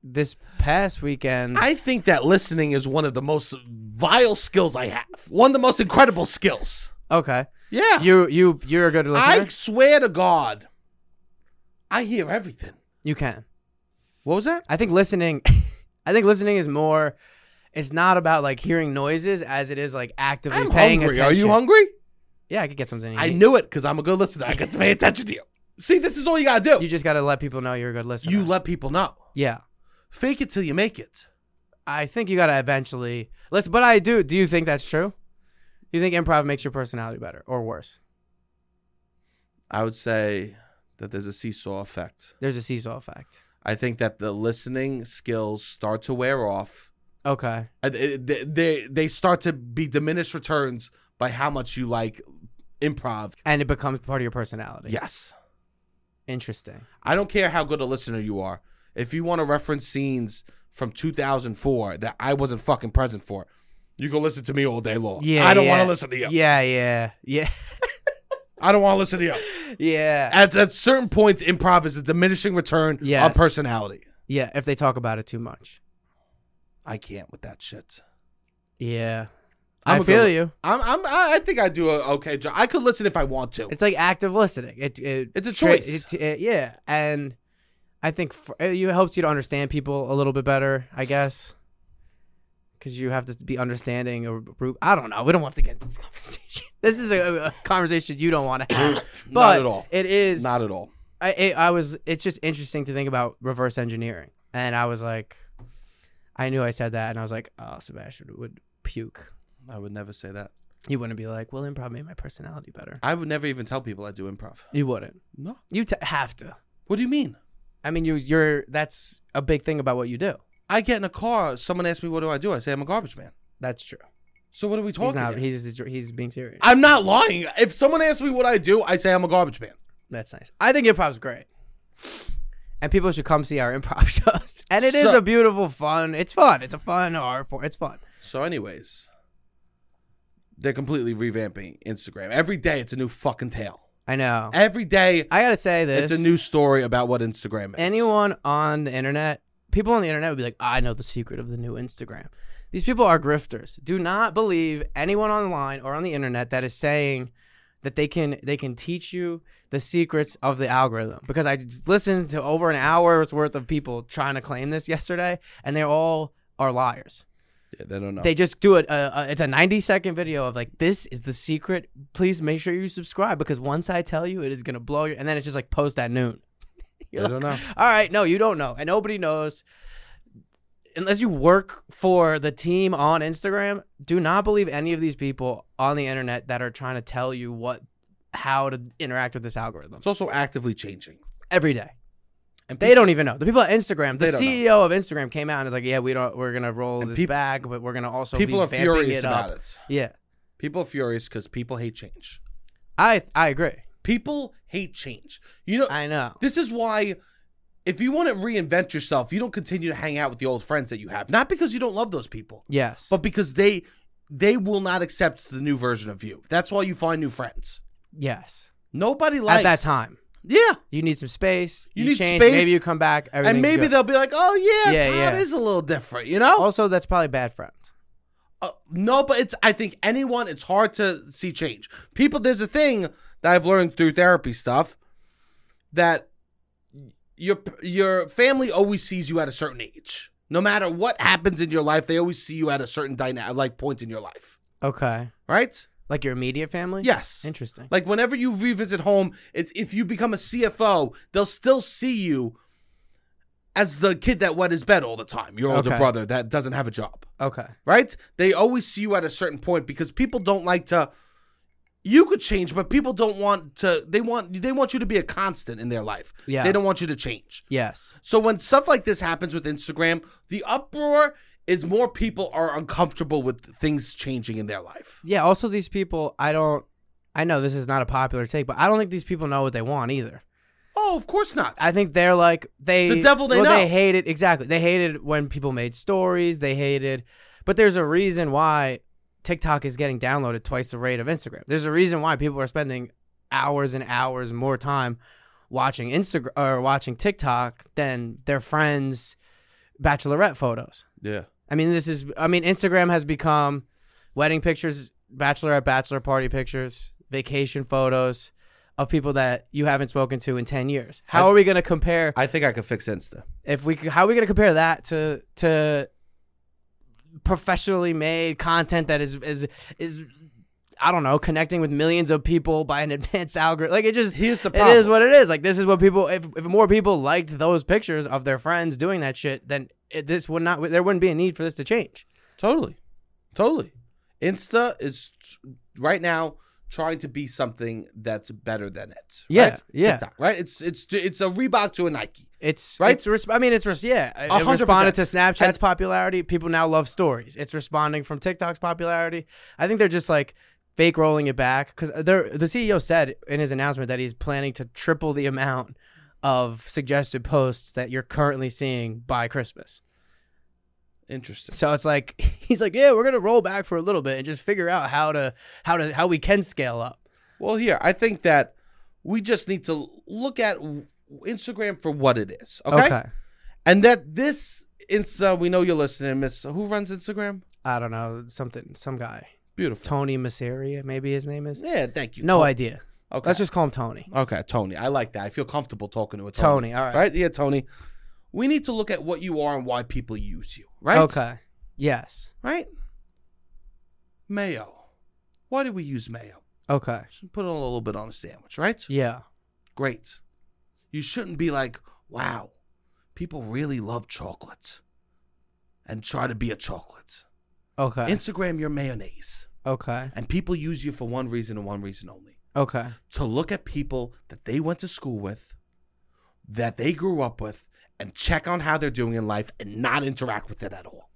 B: this past weekend,
A: I think that listening is one of the most vile skills I have. One of the most incredible skills.
B: okay,
A: Yeah.
B: you you you're a good listener.
A: I swear to God, I hear everything.
B: you can.
A: What was that?
B: I think listening. I think listening is more. It's not about like hearing noises as it is like actively
A: I'm
B: paying
A: hungry.
B: attention.
A: Are you hungry?
B: Yeah, I could get something. To
A: I
B: eat.
A: knew it because I'm a good listener. I got to pay attention to you. See, this is all you got to do.
B: You just gotta let people know you're a good listener.
A: You, let people know.
B: yeah.
A: Fake it till you make it.
B: I think you gotta eventually listen. But I do. Do you think that's true? You think improv makes your personality better or worse?
A: I would say that there's a seesaw effect.
B: There's a seesaw effect.
A: I think that the listening skills start to wear off.
B: Okay.
A: Uh, th- th- They they start to be diminished returns by how much you like improv.
B: And it becomes part of your personality.
A: Yes.
B: Interesting.
A: I don't care how good a listener you are. If you want to reference scenes from 2004 that I wasn't fucking present for, you can listen to me all day long.
B: Yeah,
A: I don't want
B: yeah.
A: to listen to you.
B: Yeah, yeah, yeah,
A: I don't want to listen to you.
B: yeah.
A: At, at certain points, improv is a diminishing return on
B: Yes.
A: personality.
B: Yeah, if they talk about it too much.
A: I can't with that shit.
B: Yeah.
A: I'm
B: i
A: a
B: feel
A: good-
B: you.
A: I'm, I'm I I think I do a okay job. I could listen if I want to.
B: It's like active listening. It, it
A: It's a
B: tra-
A: choice.
B: it- it- yeah, and I think for, it helps you to understand people a little bit better, I guess. Because you have to be understanding a group. I don't know. We don't have to get into this conversation. This is a, a conversation you don't want to have. But
A: Not at all.
B: It is
A: Not at all.
B: I it, I was it's just interesting to think about reverse engineering, and I was like, I knew I said that, and I was like, oh, Sebastian would puke.
A: I would never say that.
B: You wouldn't be like, well, improv made my personality better.
A: I would never even tell people I do improv.
B: You wouldn't.
A: No.
B: You t- have to.
A: What do you mean?
B: I mean, you you're that's a big thing about what you do.
A: I get in a car. Someone asks me, "What do I do?" I say, "I'm a garbage man."
B: That's true.
A: So what are we talking?
B: He's not.
A: here?
B: He's he's being serious.
A: I'm not lying. If someone asks me what I do, I say I'm a garbage man.
B: That's nice. I think improv's great. And people should come see our improv shows. And it is
A: So-
B: a beautiful, fun. It's fun. It's a fun art form. It's fun.
A: So, anyways, they're completely revamping Instagram. Every day it's a new fucking tale.
B: I know.
A: Every day
B: I gotta say this.
A: it's a new story about what Instagram is.
B: anyone on the internet, people on the internet would be like, I know the secret of the new Instagram. These people are grifters. Do not believe anyone online or on the internet that is saying that they can they can teach you the secrets of the algorithm because I listened to over an hour's worth of people trying to claim this yesterday and they all are liars.
A: Yeah, they don't know.
B: They just do it. Uh, uh, it's a 90 second video of like, this is the secret. Please make sure you subscribe because once I tell you, it is going to blow your. And then it's just like post at noon. You're
A: I don't know.
B: All right, no, you don't know, and nobody knows. Unless you work for the team on Instagram, do not believe any of these people on the internet that are trying to tell you what how to interact with this algorithm
A: It's also actively changing.
B: every day.
A: And
B: They don't even know. The people at Instagram, the
A: They don't know.
B: CEO of Instagram came out and was like, "Yeah, we don't. We're gonna roll
A: And
B: this
A: peop-
B: back, but we're gonna also
A: people
B: be
A: are
B: vamping
A: furious
B: it
A: about
B: up."
A: it.
B: Yeah,
A: People are furious because people hate change.
B: I I agree.
A: People hate change. You know,
B: I know.
A: this is why if you want to reinvent yourself, you don't continue to hang out with the old friends that you have. Not because you don't love those people,
B: Yes,
A: but because they they will not accept the new version of you. That's why you find new friends.
B: yes.
A: Nobody likes
B: At that time,
A: Yeah.
B: you need some space.
A: You
B: You,
A: need
B: change.
A: space,
B: Maybe you come back.
A: And
B: everything's
A: maybe
B: good.
A: they'll be like, "Oh yeah,
B: Yeah,
A: Tom
B: yeah.
A: is a little different," you know?
B: also that's probably bad friend.
A: Uh, no, but it's I think anyone it's hard to see change. People there's a thing that I've learned through therapy stuff that your your family always sees you at a certain age. No matter what happens in your life, they always see you at a certain dyna- like point in your life,
B: Okay,
A: right?
B: like your immediate family.
A: Yes.
B: Interesting.
A: Like whenever you revisit home, it's if you become a CFO, they'll still see you as the kid that wet his bed all the time, your older
B: Okay.
A: brother that doesn't have a job
B: Okay.
A: right? They always see you at a certain point because people don't like to. You could change, but people don't want to. They want they want you to be a constant in their life.
B: Yeah.
A: They don't want you to change.
B: Yes.
A: So when stuff like this happens with Instagram, the uproar is more people are uncomfortable with things changing in their life.
B: Yeah. Also, these people, I don't. I know this is not a popular take, but I don't think these people know what they want either.
A: Oh, of course not.
B: I think they're like they
A: The devil they
B: well,
A: know.
B: They hated exactly. They hated when people made stories. They hated, but there's a reason why TikTok is getting downloaded twice the rate of Instagram. There's a reason why people are spending hours and hours more time watching Instagram or watching TikTok than their friends' bachelorette photos.
A: yeah.
B: I mean, this is. I mean, Instagram has become wedding pictures, bachelorette, bachelor party pictures, vacation photos of people that you haven't spoken to in ten years. How
A: I-
B: are we going to compare?
A: I think I could fix Insta.
B: If we, c- how are we going to compare that to to professionally made content that is is is. I don't know, connecting with millions of people by an advanced algorithm. Like it just
A: Here's the
B: it
A: problem.
B: is what it is. Like this is what people. If, if more people liked those pictures of their friends doing that shit, then it, this would not. There wouldn't be a need for this to change.
A: Totally. Totally. Insta is right now trying to be something that's better than it.
B: Yeah,
A: right?
B: yeah.
A: TikTok, right? It's it's it's a Reebok to a Nike.
B: It's
A: Right?
B: right. It's res- I mean, it's res- yeah. It-
A: A
B: It
A: hundred
B: responded to
A: percent.
B: Snapchat's popularity. People now love stories. It's responding from TikTok's popularity. I think they're just like fake rolling it back because they're the CEO said in his announcement that he's planning to triple the amount of suggested posts that you're currently seeing by Christmas.
A: Interesting.
B: So it's like he's like, yeah, we're gonna roll back for a little bit and just figure out how to how to how we can scale up.
A: Well, here I think that we just need to look at w- Instagram for what it is, okay? And that this Insta, we know you're listening, Miss. Who runs Instagram?
B: I don't know something some guy
A: Beautiful.
B: Tony Masseria maybe his name is.
A: Yeah, thank you.
B: No
A: Tony.
B: idea.
A: Okay.
B: Let's just call him Tony.
A: okay, Tony. I like that. I feel comfortable talking to a Tony.
B: Tony. All right.
A: Right? Yeah, Tony. We need to look at what you are and why people use you, right?
B: Okay. Yes.
A: Right? Mayo. Why do we use mayo?
B: Okay.
A: Should Put a little bit on a sandwich, right?
B: Yeah.
A: great. You shouldn't be like, wow, people really love chocolate and try to be a chocolate.
B: Okay.
A: Instagram your mayonnaise.
B: okay.
A: And people use you for one reason and one reason only
B: Okay.
A: to look at people that they went to school with, that they grew up with, and check on how they're doing in life and not interact with it at all.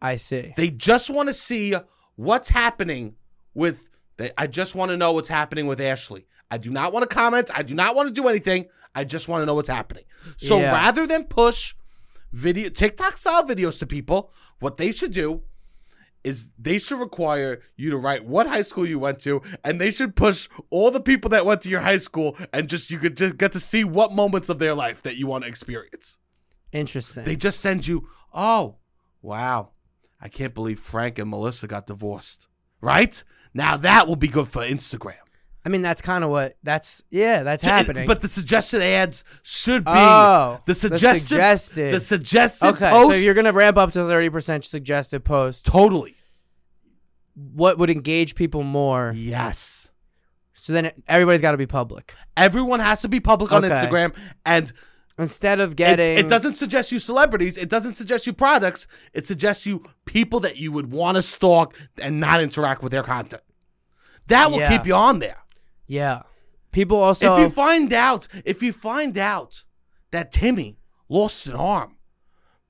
B: I see.
A: They just want to see what's happening with. They, I just want to know what's happening with Ashley. I do not want to comment. I do not want to do anything. I just want to know what's happening. So
B: Yeah.
A: rather than push video TikTok style videos to people, what they should do is they should require you to write what high school you went to, and they should push all the people that went to your high school, and just you could just get to see what moments of their life that you want to experience.
B: Interesting.
A: They just send you, oh, wow, I can't believe Frank and Melissa got divorced. Right? Now that will be good for Instagram.
B: I mean, that's kind of what that's. Yeah, that's
A: J-
B: happening.
A: But the suggested ads should be
B: Oh,
A: the
B: the
A: suggested
B: suggested.
A: the suggested
B: okay, so
A: posts-
B: you're gonna ramp up to thirty percent suggested posts.
A: totally
B: What would engage people more?
A: yes.
B: So then everybody's got to be public.
A: Everyone has to be public on
B: Okay.
A: Instagram, and
B: Instead of
A: It's-
B: getting
A: it doesn't suggest you celebrities. It doesn't suggest you products. It suggests you people that you would want to stalk and not interact with their content. That will
B: Yeah.
A: keep you on there.
B: Yeah. People also
A: if you find out, if you find out that Timmy lost an arm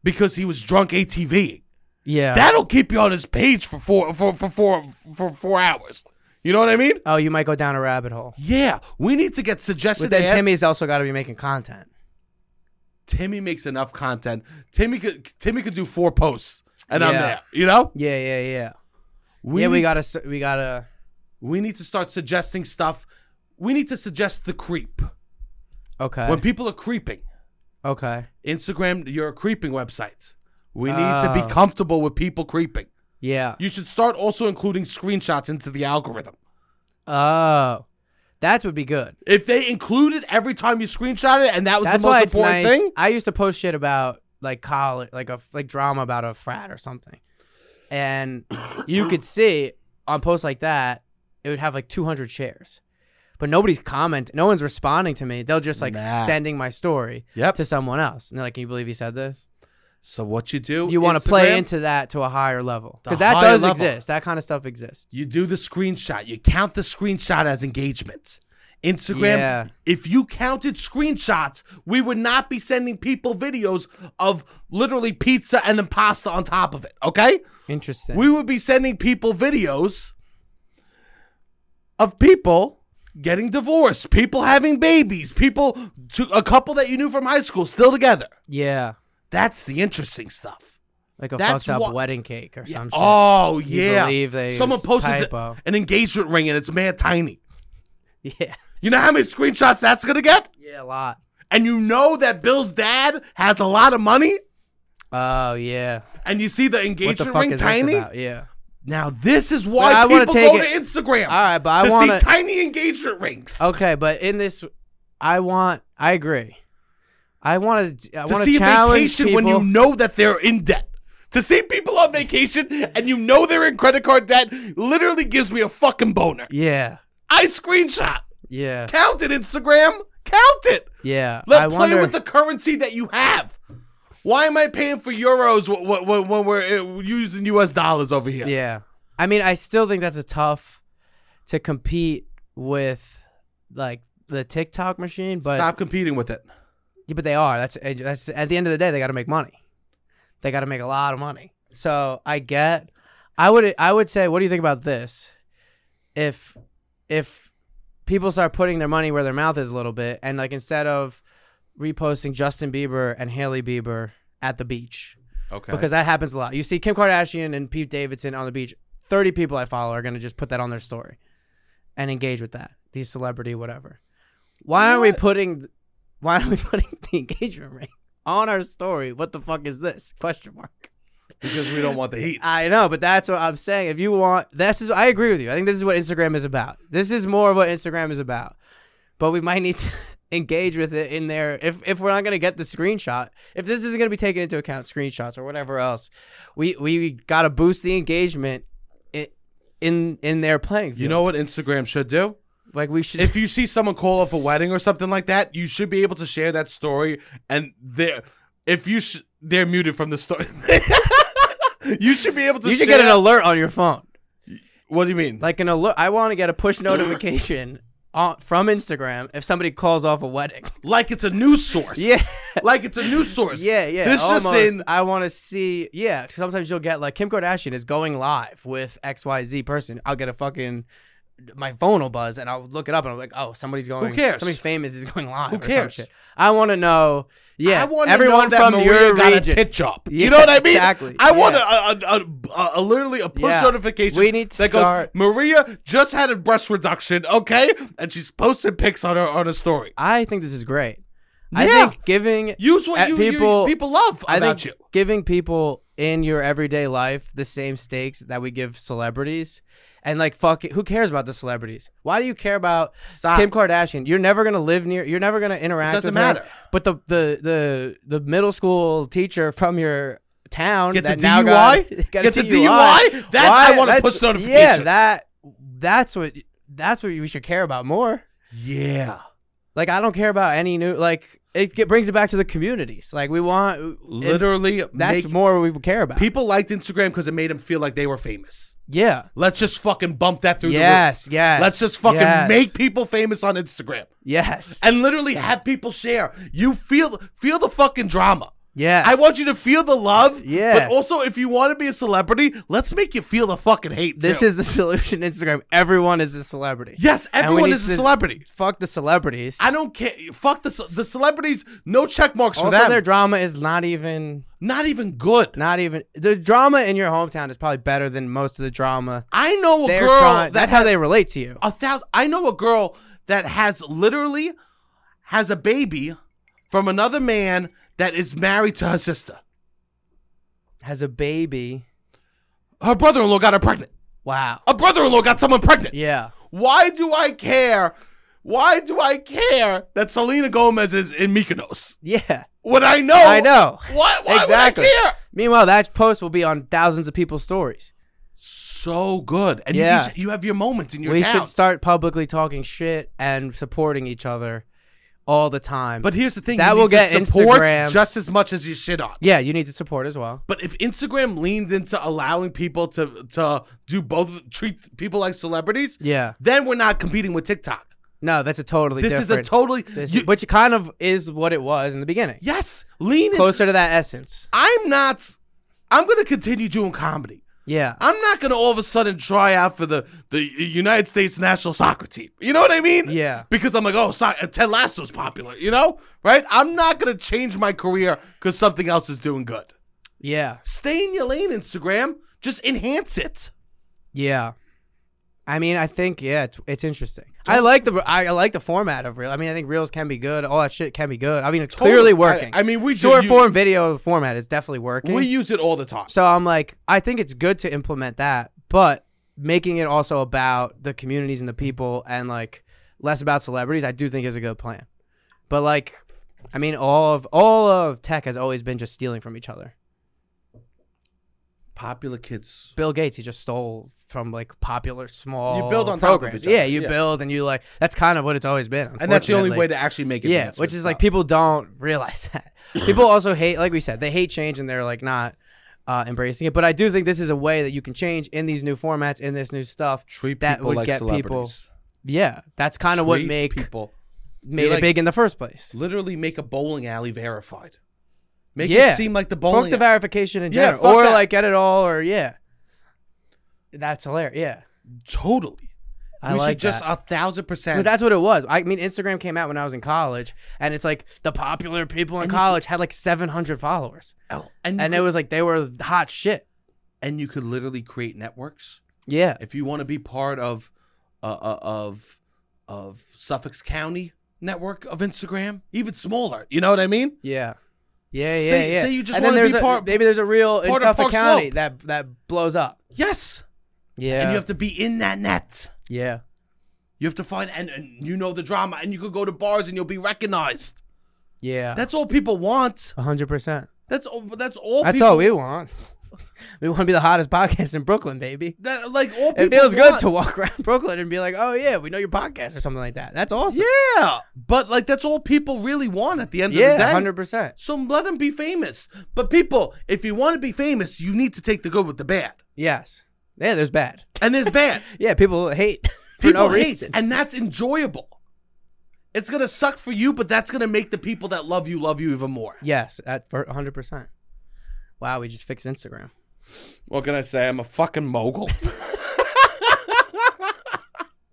A: because he was drunk ATV,
B: Yeah.
A: that'll keep you on his page for four for for four for four hours. You know what I mean?
B: oh, you might go down a rabbit hole.
A: Yeah, we need to get suggested.
B: But then
A: ads.
B: Timmy's also got to be making content.
A: Timmy makes enough content. Timmy could Timmy could do four posts, and I'm
B: Yeah.
A: there. You know,
B: Yeah, yeah, yeah. yeah, we
A: need
B: gotta, s- we gotta.
A: we need to start suggesting stuff. We need to suggest the creep
B: Okay,
A: when people are creeping.
B: okay.
A: Instagram, you're a creeping website. We need to
B: Oh.
A: be comfortable with people creeping.
B: Yeah.
A: You should start also including screenshots into the algorithm.
B: Oh, that would be good.
A: If they included every time you screenshot it, and that was
B: That's
A: the most
B: why it's
A: important
B: nice.
A: thing,
B: I used to post shit about like college, like a like drama about a frat or something, and you could see on posts like that, it would have like 200 shares, but nobody's commenting, no one's responding to me. They'll just like
A: Nah.
B: sending my story
A: Yep.
B: to someone else, and they're like, "Can you believe he said this?"
A: so what you do?
B: You want to play
A: Instagram,
B: into that to a higher level
A: The
B: because that
A: higher
B: does
A: level.
B: exist. That kind of stuff exists.
A: You do the screenshot. You count the screenshot as engagement. Instagram,
B: Yeah.
A: if you counted screenshots, we would not be sending people videos of literally pizza and then pasta on top of it, okay?
B: Interesting.
A: We would be sending people videos of people getting divorced, people having babies, people to a couple that you knew from high school still together.
B: yeah,
A: That's the interesting stuff.
B: like a
A: That's
B: fucked up
A: what-
B: wedding cake or some shit.
A: Oh
B: You
A: yeah.
B: believe they
A: Someone
B: used
A: posts a-
B: typo.
A: an engagement ring and it's mad tiny.
B: Yeah,
A: You know how many screenshots that's gonna get?
B: yeah, a lot.
A: And you know that Bill's dad has a lot of money,
B: Oh yeah.
A: and you see the
B: What the
A: engagement
B: fuck
A: ring
B: is
A: tiny.
B: this about? Yeah.
A: Now this is why
B: I wanna
A: people
B: take
A: go
B: it-
A: to Instagram
B: All right, but I
A: to
B: want
A: see
B: to.
A: tiny engagement rings.
B: Okay, but in this, I want. I agree. I want to. I
A: to
B: want
A: see a
B: challenge
A: vacation
B: people.
A: when you know that they're in debt. To see people on vacation and you know they're in credit card debt literally gives me a fucking boner.
B: yeah.
A: I screenshot.
B: Yeah.
A: Count it, Instagram. Count it.
B: Yeah.
A: Let
B: I
A: play
B: wonder,
A: with the currency that you have. Why am I paying for euros when, when, when we're uh, using U.S. dollars over here?
B: Yeah. I mean, I still think that's a tough to compete with, like the TikTok machine. But
A: Stop competing with it.
B: Yeah, but they are. That's eh, that's at the end of the day, they got to make money. They got to make a lot of money. So I get. I would I would say, what do you think about this? If if people start putting their money where their mouth is a little bit, and like instead of reposting Justin Bieber and Haley Bieber at the beach,
A: Okay.
B: because that happens a lot. You see Kim Kardashian and Pete Davidson on the beach. Thirty people I follow are gonna just put that on their story, and engage with that. These celebrity whatever. Why aren't we
A: What?
B: putting? Why aren't we putting the engagement ring on our story? What the fuck is this? Question mark.
A: because we don't want the heat.
B: I know, but that's what I'm saying. If you want, this is. I agree with you. I think this is what Instagram is about. This is more of what Instagram is about. But we might need to engage with it in there. If if we're not gonna get the screenshot, if this isn't gonna be taken into account, screenshots or whatever else, we we gotta boost the engagement in in, in their playing field.
A: You know what Instagram should do?
B: like we should.
A: If you see someone call off a wedding or something like that, you should be able to share that story. And they're if you sh- they're muted from the story. you should be able to.
B: you should
A: share-
B: get an alert on your phone,
A: What do you mean?
B: like an alert. I want to get a push notification on, from Instagram if somebody calls off a wedding.
A: like it's a news source.
B: Yeah.
A: Like it's a news source.
B: Yeah, yeah.
A: This
B: almost.
A: just in.
B: I want to see. Yeah, 'cause sometimes you'll get like Kim Kardashian is going live with X Y Z person. I'll get a fucking my phone will buzz and I'll look it up and I'm like, oh, somebody's going.
A: cares?
B: Somebody famous is going live.
A: Who
B: or some
A: cares?
B: shit. I want to know. Yeah,
A: I want know
B: everyone
A: that
B: from
A: Maria
B: your
A: got
B: region.
A: a tit job.
B: Yeah,
A: you know what I mean?
B: exactly.
A: I want
B: Yeah.
A: a, a, a, a, a literally a push
B: Yeah.
A: notification.
B: We need to
A: that
B: start-
A: goes. Maria just had a breast reduction, okay, and she's posting pics on her on her story.
B: I think this is great. I
A: Yeah.
B: think giving
A: Use what
B: At
A: you, you-
B: Uh, people-
A: people love
B: I
A: about
B: think
A: you.
B: giving people in your everyday life the same stakes that we give celebrities, and like fuck it, who cares about the celebrities? Why do you care about
A: Stop.
B: Kim Kardashian? You're never gonna live near. You're never gonna interact.
A: doesn't
B: with her.
A: matter.
B: But the the the the middle school teacher from your town
A: Gets a
B: that now
A: DUI?
B: got- got
A: Gets a DUI? That's- I want a
B: that's-
A: push notification.
B: Yeah, that that's what that's what we should care about more.
A: Yeah.
B: Like I don't care about any new. Like it, it brings it back to the communities. Like we want. it-
A: Literally,
B: that's
A: make-
B: more we care about.
A: people liked Instagram because it made them feel like they were famous.
B: yeah.
A: Let's just fucking bump that through
B: Yes.
A: the
B: Yes.
A: roof. Let's just fucking
B: yes,
A: make people famous on Instagram
B: Yes.
A: and literally have people share. You feel feel the fucking drama.
B: Yes.
A: I want you to feel the love.
B: Yeah.
A: But also, if you want to be a celebrity, let's make you feel the fucking hate.
B: This
A: too.
B: is the solution. Instagram. Everyone is a celebrity.
A: yes.
B: And we
A: Everyone
B: need
A: is a
B: to-
A: celebrity.
B: Fuck the celebrities.
A: I don't care. Fuck the ce- the celebrities. No check marks for
B: also,
A: them.
B: their drama is not even.
A: Not even good.
B: Not even the drama in your hometown is probably better than most of the drama.
A: I know a
B: They're
A: Oh, girl.
B: trying.
A: that
B: That's how
A: has Oh.
B: they relate to you.
A: a thousand. I know a girl that has literally has a baby from another man that is married to her sister.
B: Has a baby.
A: Her brother-in-law got her pregnant.
B: Wow.
A: A brother-in-law got someone pregnant.
B: Yeah.
A: Why do I care? Why do I care that Selena Gomez is in Mykonos
B: Yeah.
A: when I know?
B: I know.
A: Why, why
B: exactly.
A: would I care?
B: Meanwhile, that post will be on thousands of people's stories.
A: So good, and
B: Yeah.
A: you, each, you have your moments in your
B: we
A: town.
B: should start publicly talking shit and supporting each other all the time.
A: but here's the thing:
B: That
A: you
B: will
A: need to
B: get
A: support
B: Instagram-
A: just as much as you shit on.
B: yeah, you need to support as well.
A: But if Instagram leaned into allowing people to to do both, treat people like celebrities,
B: Yeah.
A: then we're not competing with TikTok.
B: No, that's a totally
A: This
B: different.
A: is a totally
B: this-
A: you-
B: which kind of is what it was in the beginning.
A: yes, lean. Into,
B: Closer to that essence.
A: I'm not. I'm gonna continue doing comedy.
B: Yeah.
A: I'm not gonna all of a sudden try out for the the United States national soccer team. You know what I mean?
B: Yeah.
A: Because I'm like, oh, so- Ted Lasso's popular. You know, right? I'm not gonna change my career because something else is doing good.
B: Yeah.
A: Stay in your lane, Instagram. Just enhance it.
B: Yeah. I mean, I think yeah, it's, it's interesting. I like the I, I like the format of real. I mean, I think reels can be good. All that shit can be good. I mean, it's
A: Totally.
B: clearly working.
A: I- I mean, we do-
B: short
A: you-
B: form video format is definitely working.
A: We use it all the time.
B: So I'm like, I think it's good to implement that, but making it also about the communities and the people and like less about celebrities, I do think is a good plan. But like, I mean, all of all of tech has always been just stealing from each other.
A: Popular kids.
B: Bill Gates, he just stole from like popular small
A: build on top of
B: programs.
A: each other,
B: Yeah, you
A: yeah.
B: build and you like that's kind of what it's always been.
A: And that's the only
B: unfortunately.
A: way to actually make it.
B: Yeah, which is like people don't realize that. People also hate, like we said, they hate change and they're like not uh, embracing it. But I do think this is a way that you can change in these new formats, in this new stuff.
A: treat
B: that
A: people
B: would
A: like
B: get people-
A: celebrities.
B: Yeah, that's kind of what
A: Treat
B: make
A: people
B: made
A: like-
B: it big in the first place.
A: literally make a bowling alley verified. Make
B: Yeah.
A: it seem like the
B: Fuck
A: bowling.
B: the verification in
A: Yeah,
B: general,
A: fuck
B: or
A: that.
B: like get it all, or yeah, that's hilarious. Yeah,
A: totally.
B: I
A: we
B: like
A: should just
B: that.
A: a thousand percent.
B: Because that's what it was. I mean, Instagram came out when I was in college, and it's like the popular people in college had like 700 followers,
A: Oh, and you
B: and it
A: could,
B: was like they were hot shit.
A: and you could literally create networks
B: Yeah,
A: if you want to be part of uh, uh, of of Suffolk County network of Instagram, even smaller. You know what I mean?
B: yeah, yeah, yeah.
A: Say-
B: yeah.
A: say you just
B: And then
A: wanna be
B: there's a-
A: part-
B: Maybe there's a real in
A: part of Park
B: Suffolk County
A: Slope.
B: that that blows up.
A: Yes.
B: Yeah,
A: And you have to be in that net.
B: yeah,
A: You have to find and, and you know the drama, and you could go to bars and you'll be recognized.
B: yeah.
A: That's all people want.
B: hundred percent.
A: That's all. That's all.
B: That's
A: people,
B: all we want. we want to be the hottest podcast in Brooklyn, baby.
A: That, like all people.
B: It feels good
A: want.
B: to walk around Brooklyn and be like, "Oh yeah, we know your podcast" or something like that. That's awesome.
A: Yeah, but like that's all people really want at the end of the day.
B: hundred percent.
A: So let them be famous. But people, if you want to be famous, you need to take the good with the bad.
B: Yes. Yeah, there's bad.
A: And there's bad.
B: Yeah, people hate. for
A: people
B: no
A: hate,
B: reason.
A: and that's enjoyable. It's gonna suck for you, but that's gonna make the people that love you love you even more.
B: yes, at for 100%. Wow, we just fixed Instagram.
A: What can I say? I'm a fucking mogul.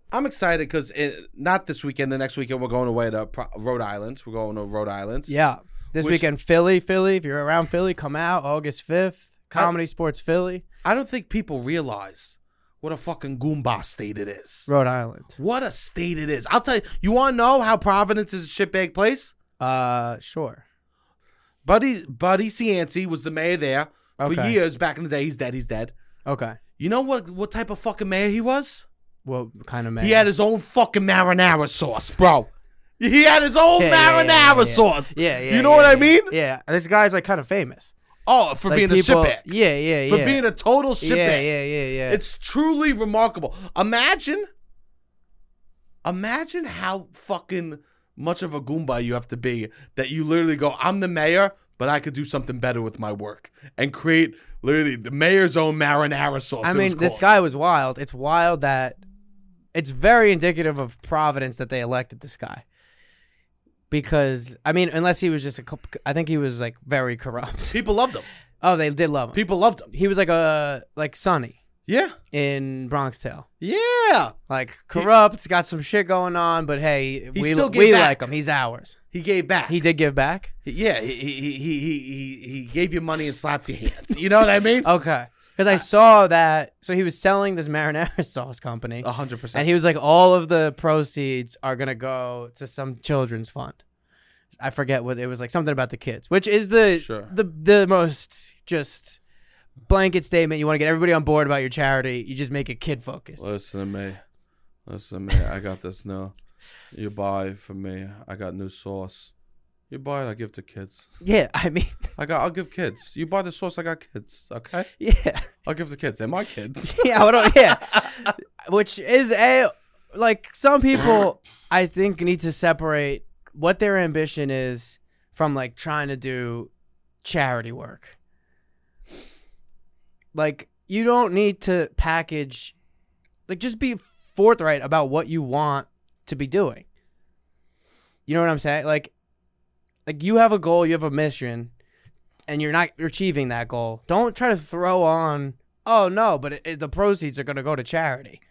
A: I'm excited because not this weekend. The next weekend we're going away to Pro- Rhode Island. We're going to Rhode Island.
B: Yeah. This
A: Which-
B: weekend, Philly, Philly. If you're around Philly, come out August 5th. Comedy Sports Philly,
A: I don't think people realize what a fucking goomba state it is.
B: Rhode Island.
A: What a state it is. I'll tell you. You want to know how Providence is a shitbag place?
B: Uh, sure.
A: Buddy Buddy Cianci was the mayor there for
B: Okay.
A: years back in the day. He's dead. He's dead.
B: Okay.
A: You know what what type of fucking mayor he was?
B: Well, kind of man.
A: He had his own fucking marinara sauce, bro. He had his own
B: Yeah, yeah, yeah,
A: marinara
B: yeah, yeah.
A: sauce.
B: Yeah, yeah.
A: You know
B: yeah,
A: what I
B: yeah.
A: mean?
B: Yeah. This guy's like kind of famous.
A: Oh, for
B: Like
A: being
B: people,
A: a shitbag.
B: Yeah, yeah, yeah.
A: For being a total shitbag.
B: yeah, yeah, yeah, yeah.
A: It's truly remarkable. Imagine, imagine how fucking
C: much of a goomba you have to be that you literally go, I'm the mayor, but I could do something better with my work and create literally the mayor's own marinara sauce.
B: I
C: it was
B: mean, this
C: called.
B: guy was wild. It's wild that it's very indicative of Providence that they elected this guy. Because I mean, unless he was just a, co- I think he was like very corrupt.
C: People loved him.
B: Oh, they did love him.
C: People loved him.
B: he was like a like Sonny
C: Yeah.
B: in Bronx Tale.
C: Yeah.
B: Like corrupt, got some shit going on, but hey, we
C: still gave
B: we
C: back.
B: like him. He's ours.
C: He gave back.
B: He did give back.
C: yeah, he, he, he, he, he- he gave you money and slapped your hands. You know what I mean?
A: Oh,
B: Okay, because I
C: Uh,
B: saw that. So he was selling this marinara sauce company.
C: A 100%.
B: And he was like, all of the proceeds are gonna go to some children's fund. I forget what it was like something about the kids, which is the
C: Sure.
B: the the most just blanket statement. You want to get everybody on board about your charity. You just make it kid focused.
A: Listen to me. Listen to me. I got this new. You buy it for me. I got new sauce. You buy it, I give to kids.
B: Yeah, I mean,
A: I got I'll give kids. You buy the sauce, I got kids. Okay?
B: yeah,
A: I'll give to kids. They're my kids.
B: yeah, I don't, yeah. Which is a like some people I think need to separate what their ambition is from like trying to do charity work. Like you don't need to package like just be forthright about what you want to be doing. You know what I'm saying? Like like you have a goal, you have a mission, and you're not you're achieving that goal. Don't try to throw on, oh no, but it, it- the proceeds are going to go to charity.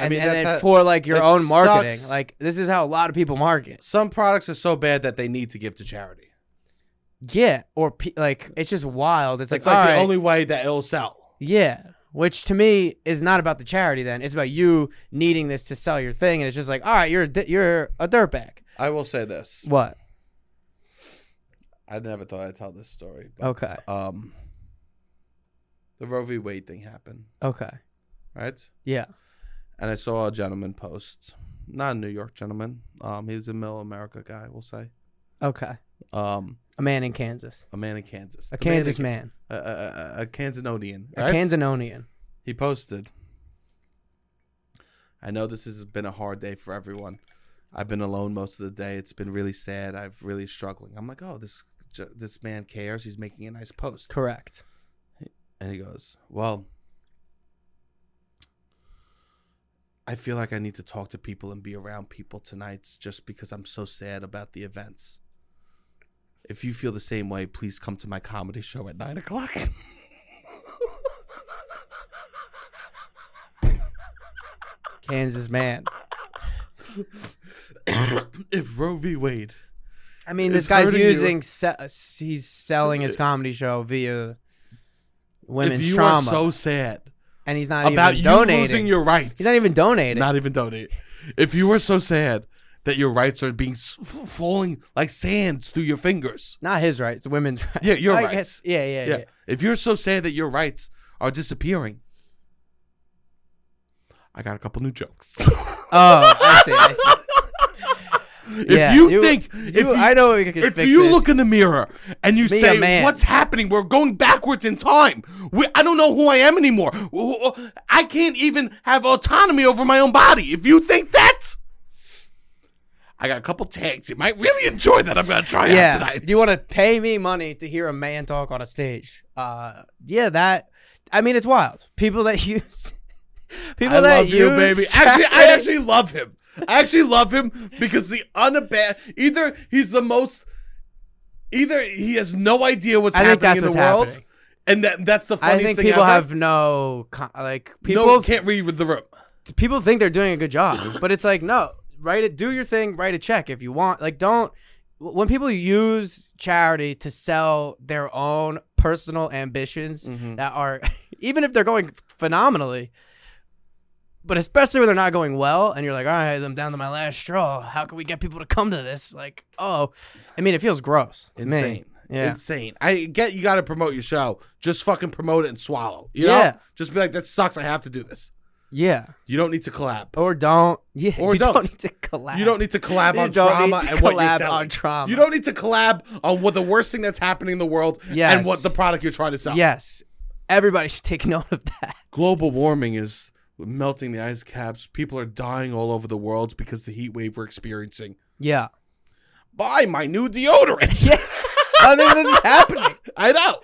A: I
B: And,
A: mean,
B: and
A: that's
B: then
A: how-
B: for like your
A: that
B: own marketing.
A: sucks.
B: Like this is how a lot of people market.
A: Some products are so bad that they need to give to charity.
B: Yeah, or pe- like it's just wild. It's,
C: it's
B: like,
C: like the
B: alright,
C: only way that it'll sell.
B: yeah, which to me is not about the charity. Then it's about you needing this to sell your thing, and it's just like, all right, you're a di- you're a dirtbag.
A: I will say this.
B: What?
A: I never thought I'd tell this story. But,
B: Okay,
A: um the Roe v. Wade thing happened,
B: okay,
A: right?
B: yeah,
A: and I saw a gentleman post, not a New York gentleman. Um, he's a middle America guy, we'll say.
B: okay.
A: Um,
B: A man in Kansas,
A: a man in Kansas,
B: a
A: The
B: Kansas
A: in-
B: man,
A: a, a, a, a Kansanodian,
B: a
A: right?
B: Kansanonian.
A: he posted. I know this has been a hard day for everyone. I've been alone most of the day. It's been really sad. I've really struggling. I'm like, oh, this ge- this man cares. He's making a nice post.
B: Correct.
A: And he goes, Well, I feel like I need to talk to people and be around people tonight just because I'm so sad about the events. If you feel the same way, please come to my comedy show at nine o'clock.
B: Kansas man.
A: if Roe v. Wade,
B: I mean,
A: It's
B: this guy's
A: hurting you.
B: using. Se- uh, he's selling his comedy show via
A: if
B: women's
A: you are
B: trauma,
A: so sad
B: and he's not
A: about
B: even
A: you
B: donating.
A: losing your rights,
B: he's not even donating.
A: not even donate. If you are so sad that your rights are being s- f- falling like sands through your fingers,
B: Not his rights, women's rights.
A: Yeah, your
B: I
A: rights.
B: guess- yeah, yeah, yeah,
A: yeah. If you're so sad that your rights are disappearing, I got a couple new jokes.
B: Oh, I see, I see.
A: if
B: Yeah,
A: you, think, if you,
B: I know we can
A: if
B: fix
A: you
B: this.
A: look in the mirror and you
B: Be a
A: say,
B: man.
A: "What's happening? We're going backwards in time. We, I don't know who I am anymore. Wh- wh- I can't even have autonomy over my own body." If you think that. I got a couple tags. You might really enjoy that. I'm gonna try
B: yeah,
A: out tonight.
B: you want to pay me money to hear a man talk on a stage? Uh, yeah, that. I mean, it's wild. People that use, people
A: I
B: that
A: love you,
B: use
A: baby. Actually, I
B: traffic-
A: actually love him. I actually love him because the unabashed. Either he's the most. Either he has no idea what's
B: I think
A: happening in the
B: that's what's
A: world,
B: happening.
A: and that that's the
B: I
A: funniest
B: think
A: thing.
B: people
A: ever.
B: have no con- like people
A: no can't read with the room.
B: people think they're doing a good job, but it's like no, write it, do your thing, write a check if you want. Like don't when people use charity to sell their own personal ambitions
A: Mm-hmm.
B: that are even if they're going phenomenally, but especially when they're not going well, and you're like, all right, I'm down to my last straw. How can we get people to come to this? Like, oh, I mean, it feels gross. to me.
A: Insane.
B: Yeah.
A: Insane. I get you got to promote your show. Just fucking promote it and swallow. You know?
B: Yeah.
A: Just be like, that sucks. I have to do this.
B: yeah.
A: You don't need to collab.
B: Or don't. Yeah.
A: Or
B: you
A: don't.
B: need to collab.
A: You don't need to collab
B: You
A: on
B: don't
A: trauma
B: need to
A: and what you're
B: collab
A: selling.
B: on trauma.
A: You don't need to collab on what the worst thing that's happening in the world and
B: Yes.
A: what the product you're trying to sell.
B: Yes. Everybody should take note of that.
A: global warming is melting the ice caps. People are dying all over the world because the heat wave we're experiencing.
B: Yeah.
A: Buy my new deodorant.
B: I don't think this is happening.
A: I know.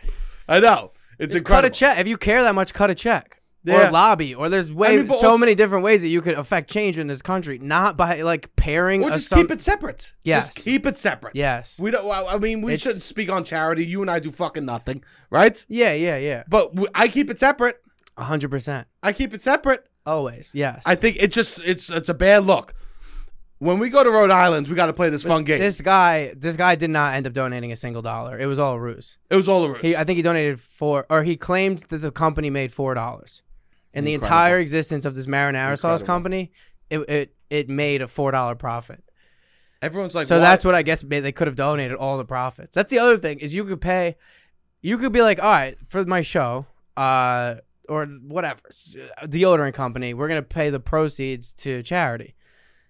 A: I know. It's
B: Just cut a
A: incredible.
B: check. If you care that much, cut a check.
A: Yeah.
B: Or lobby, or there's way
A: mean, but
B: so
A: also-
B: many different ways that you could affect change in this country, not by like pairing.
A: Or
B: a
A: just
B: some-
A: keep it separate.
B: Yes.
A: Just keep it separate.
B: Yes.
A: We don't. I I mean, we
B: It's-
A: shouldn't speak on charity. You and I do fucking nothing, right?
B: Yeah, yeah, yeah.
A: But w- I keep it separate.
B: A hundred percent.
A: I keep it separate.
B: Always. Yes.
A: I think it just it's it's a bad look. When we go to Rhode Island, we got to play this fun game.
B: this guy, this guy did not end up donating a single dollar. It was all a ruse.
A: it was all a ruse.
B: He, I think he donated four, or he claimed that the company made four dollars. In the entire existence of this marinara sauce
A: Incredible.
B: company, it, it it made a four dollar profit.
A: Everyone's like,
B: So
A: "Why?"
B: that's what I guess ma- they could have donated all the profits. That's the other thing is you could pay, you could be like, all right, for my show, uh, or whatever s- uh, deodorant company, we're gonna pay the proceeds to charity,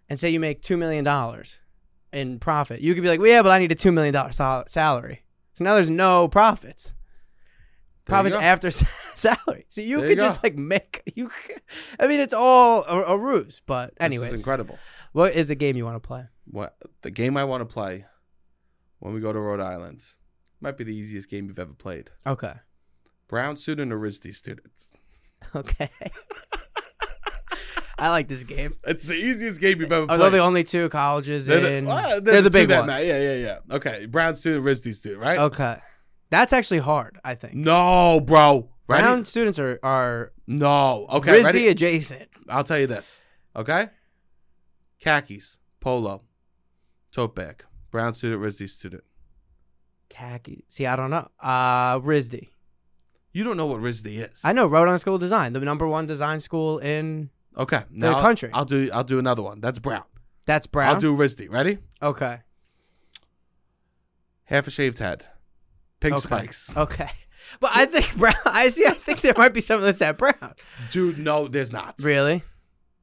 B: and say you make two million dollars in profit. You could be like, well, yeah, but I need a two million dollar sal- salary. So now there's no profits.
A: There you
B: Profits
A: go.
B: after s- salary. So you
A: There you
B: could just
A: go.
B: like make you. c- I mean, it's all a, a ruse.
A: This
B: But
A: is
B: anyways,
A: incredible.
B: what is the game you want to play?
A: What the game I want to play when we go to Rhode Island might be the easiest game you've ever played.
B: Okay.
A: Brown student or RISD student?
B: Okay. I like this game.
A: It's the easiest game you've ever
B: Are
A: played.
B: they the only two colleges
A: They're
B: in?
A: the, well,
B: they're,
A: they're
B: the
A: two
B: big
A: that
B: ones.
A: matter. Yeah, yeah, yeah. Okay, Brown student, RISD student, right?
B: Okay, that's actually hard. I think
A: No, bro. Ready?
B: Brown students are are
A: No. Okay,
B: RISD
A: ready?
B: adjacent.
A: I'll tell you this. Okay? Khakis, polo, tote bag, brown student, RISD student.
B: Khaki. See, I don't know. Uh, RISD.
A: You don't know what RISD is.
B: I know Rhode Island School of Design, the number one design school in.
A: Okay. Now
B: country.
A: I'll do I'll do another one. That's brown.
B: That's Brown.
A: I'll do RISD. Ready?
B: okay.
A: Half a shaved head. Pink
B: Okay. Uh,
A: spikes.
B: Okay. But I think Brown. I see. I think there might be something that's at Brown.
A: Dude, no, there's not.
B: Really?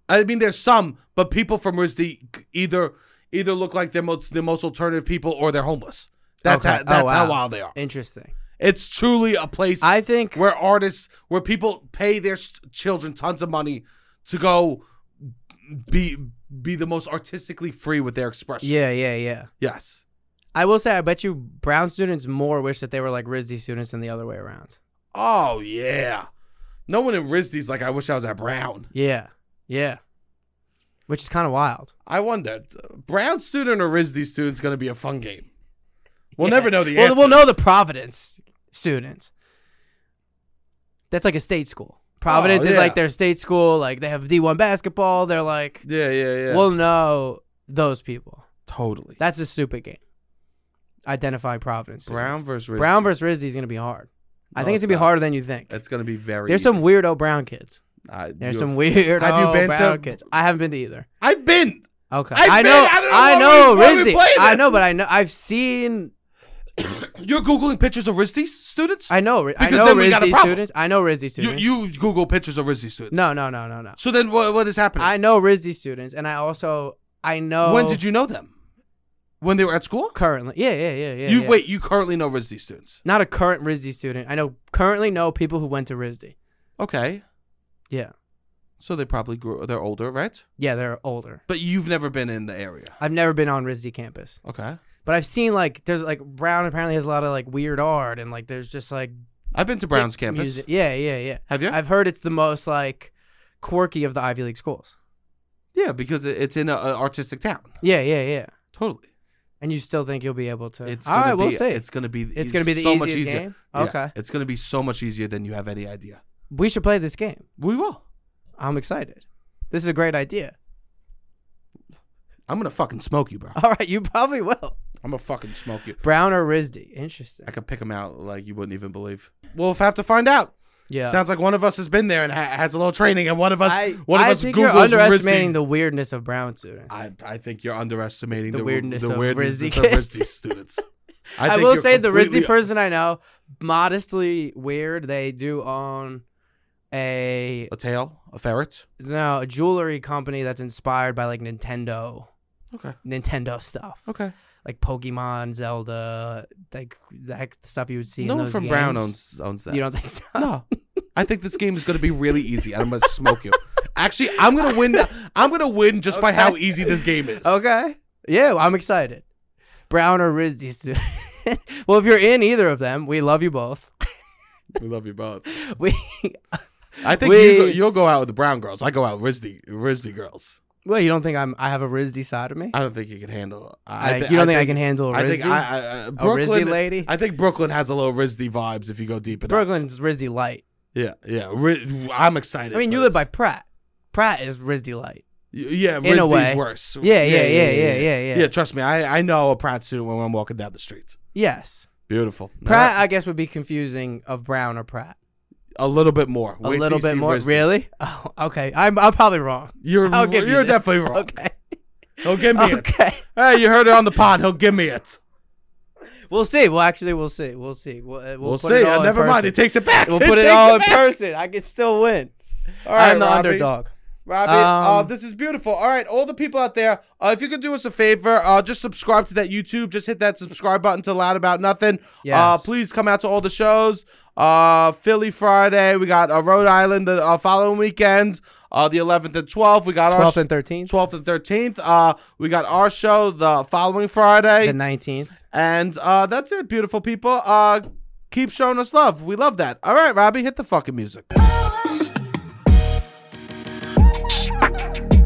A: I mean there's some, but people from RISD either either look like they're most the most alternative people or they're homeless. That's
B: Okay.
A: how
B: Oh,
A: that's how
B: wow.
A: wild they are.
B: Interesting.
A: It's truly a place
B: I think.
A: where artists where people pay their s children tons of money to go be be the most artistically free with their expression.
B: Yeah. Yeah. Yeah.
A: Yes.
B: I will say, I bet you Brown students more wish that they were like RISD students than the other way around.
A: Oh yeah. No one in RISD's like I wish I was at Brown.
B: Yeah, yeah, which is kind of wild.
A: I wonder Brown student or RISD student's going to be a fun game. We'll
B: Yeah.
A: never know the
B: Well,
A: answer.
B: we'll know the Providence students. That's like a state school. Providence is
A: Oh, yeah.
B: like their state school. Like they have D one basketball. They're like,
A: Yeah, yeah, yeah.
B: we'll know those people.
A: totally.
B: That's a stupid game. Identify Providence. students.
A: Brown versus Oh, RISD.
B: Brown versus RISD is gonna be hard. I
A: No,
B: think it's
A: it's
B: gonna be
A: not.
B: harder than you think.
A: It's going to be very
B: There's
A: easy.
B: some weirdo Brown kids.
A: I- you're-
B: There's some weirdo
A: Have you been to-
B: Brown kids. I haven't been to either.
A: I've been
B: Okay,
A: I've
B: I
A: been-
B: know,
A: I don't know
B: I
A: why we-
B: know,
A: why we
B: RISD.
A: played
B: I
A: it.
B: know, but I know, I've seen,
A: You're googling pictures of RISD students?
B: I know, I
A: Because
B: know
A: then we got a
B: RISD
A: problem.
B: students. I know RISD
A: you
B: students.
A: you google pictures of RISD students.
B: no, no, no, no, no.
A: So then what, what is happening?
B: I know RISD students, and I also, I know.
A: When did you know them? When they were at school?
B: currently? Yeah, yeah, yeah, yeah.
A: you
B: yeah.
A: wait. You currently know RISD students.
B: Not a current RISD student. I know currently know people who went to RISD.
A: Okay,
B: Yeah,
A: so they probably grew. They're older, right?
B: yeah, they're older.
A: But you've never been in the area.
B: I've never been on RISD campus,
A: Okay,
B: but I've seen like there's like Brown apparently has a lot of like weird art and like there's just like
A: I've been to Brown's
B: dick
A: campus.
B: music. Yeah, yeah, yeah.
A: Have you?
B: I've heard it's the most like quirky of the Ivy League schools.
A: yeah, because it- it's in an artistic town.
B: Yeah, yeah, yeah.
A: Totally.
B: And you still think you'll be able to?
A: It's
B: all right.
A: gonna be,
B: We'll see.
A: It's gonna be.
B: It's gonna be the
A: so much
B: easiest
A: easier.
B: game?
A: Yeah,
B: Okay.
A: It's gonna be so much easier than you have any idea.
B: we should play this game.
A: We will.
B: I'm excited. This is a great idea.
A: I'm gonna fucking smoke you, bro.
B: All right, you probably will.
A: I'm gonna fucking smoke you.
B: Brown or RISD? Interesting.
A: I could pick them out like you wouldn't even believe. We'll have to find out.
B: Yeah.
A: Sounds like one of us has been there and ha- has a little training, and one of us,
B: I,
A: one of
B: I
A: us
B: think
A: Googles
B: you're underestimating
A: RISD.
B: the weirdness of Brown students. I,
A: I, I think you're underestimating
B: The
A: the, weirdness,
B: weirdness
A: the
B: of
A: weirdness
B: RISD
A: of
B: kids.
A: RISD students. think
B: will
A: you're
B: say the
A: completely-
B: RISD person I know, modestly weird. They do own a
A: a tail, a ferret.
B: no a jewelry company that's inspired by like Nintendo,
A: Okay.
B: Nintendo stuff.
A: Okay.
B: like Pokemon, Zelda, like that stuff you would see.
A: no
B: in
A: one
B: those
A: from
B: games.
A: Brown owns owns that.
B: You don't think so?
A: no. I think this game is going to be really easy, and I'm going to smoke you. Actually, I'm going to win. The, I'm going to win just by how easy this game is.
B: Okay. Yeah, I'm excited. Brown or RISD student. well, if you're in either of them, we love you both.
A: We love you both.
B: We
A: I think
B: We-
A: you go, you'll go out with the brown girls. I go out with RISD, RISD girls.
B: well, you don't think I'm I have a RISD side of me?
A: I don't think you can handle.
B: I,
A: thi-
B: you don't think, I can handle a
A: I
B: RISD?
A: think I, I, I, Brooklyn,
B: lady?
A: I think Brooklyn has a little RISD vibes if you go deep enough.
B: Brooklyn's RISD light.
A: Yeah, yeah. Ri- I'm excited.
B: I mean,
A: for
B: you live by
A: this.
B: Pratt. Pratt is RISD light.
A: Y- Yeah,
B: in a
A: RISD's
B: way.
A: worse.
B: Yeah, yeah, yeah, yeah, yeah, yeah.
A: Yeah, trust me. I, I know a Pratt student when I'm walking down the streets.
B: Yes.
A: Beautiful. Now
B: Pratt,
A: that-
B: I guess, would be confusing of Brown or Pratt.
A: a little bit more.
B: A
A: Wait till
B: little
A: you
B: bit
A: see
B: more.
A: RISD.
B: Really? Oh, okay. I'm, I'm probably wrong.
A: You're,
B: I'll give you
A: you're
B: this.
A: definitely wrong.
B: Okay.
A: He'll give me it.
B: Okay.
A: Hey, you heard it on the pod. He'll give me it.
B: We'll see. Well, actually, we'll see. We'll see. We'll, uh, we'll,
A: We'll,
B: put
A: see.
B: It all
A: Uh,
B: in
A: never mind.
B: person.
A: It takes it back.
B: we'll put it,
A: takes
B: all in
A: back.
B: person. I can still win.
A: All right,
B: I'm the
A: Robbie.
B: underdog.
A: Robbie, uh,
B: Um,
A: this is beautiful. All right, all the people out there, uh, if you could do us a favor, uh, just subscribe to that YouTube. Just hit that subscribe button to Loud About Nothing. Uh,
B: Yes.
A: please come out to all the shows. Uh, Philly Friday. We got uh, Rhode Island the uh, following weekend, uh, the 11th and 12th. We got our
B: 12th
A: sh-
B: and 13th.
A: 12th and 13th. Uh, we got our show the following Friday.
B: The 19th.
A: and uh, that's it, beautiful people. Uh, keep showing us love. We love that. All right, Robbie, hit the fucking music.
D: Thank you.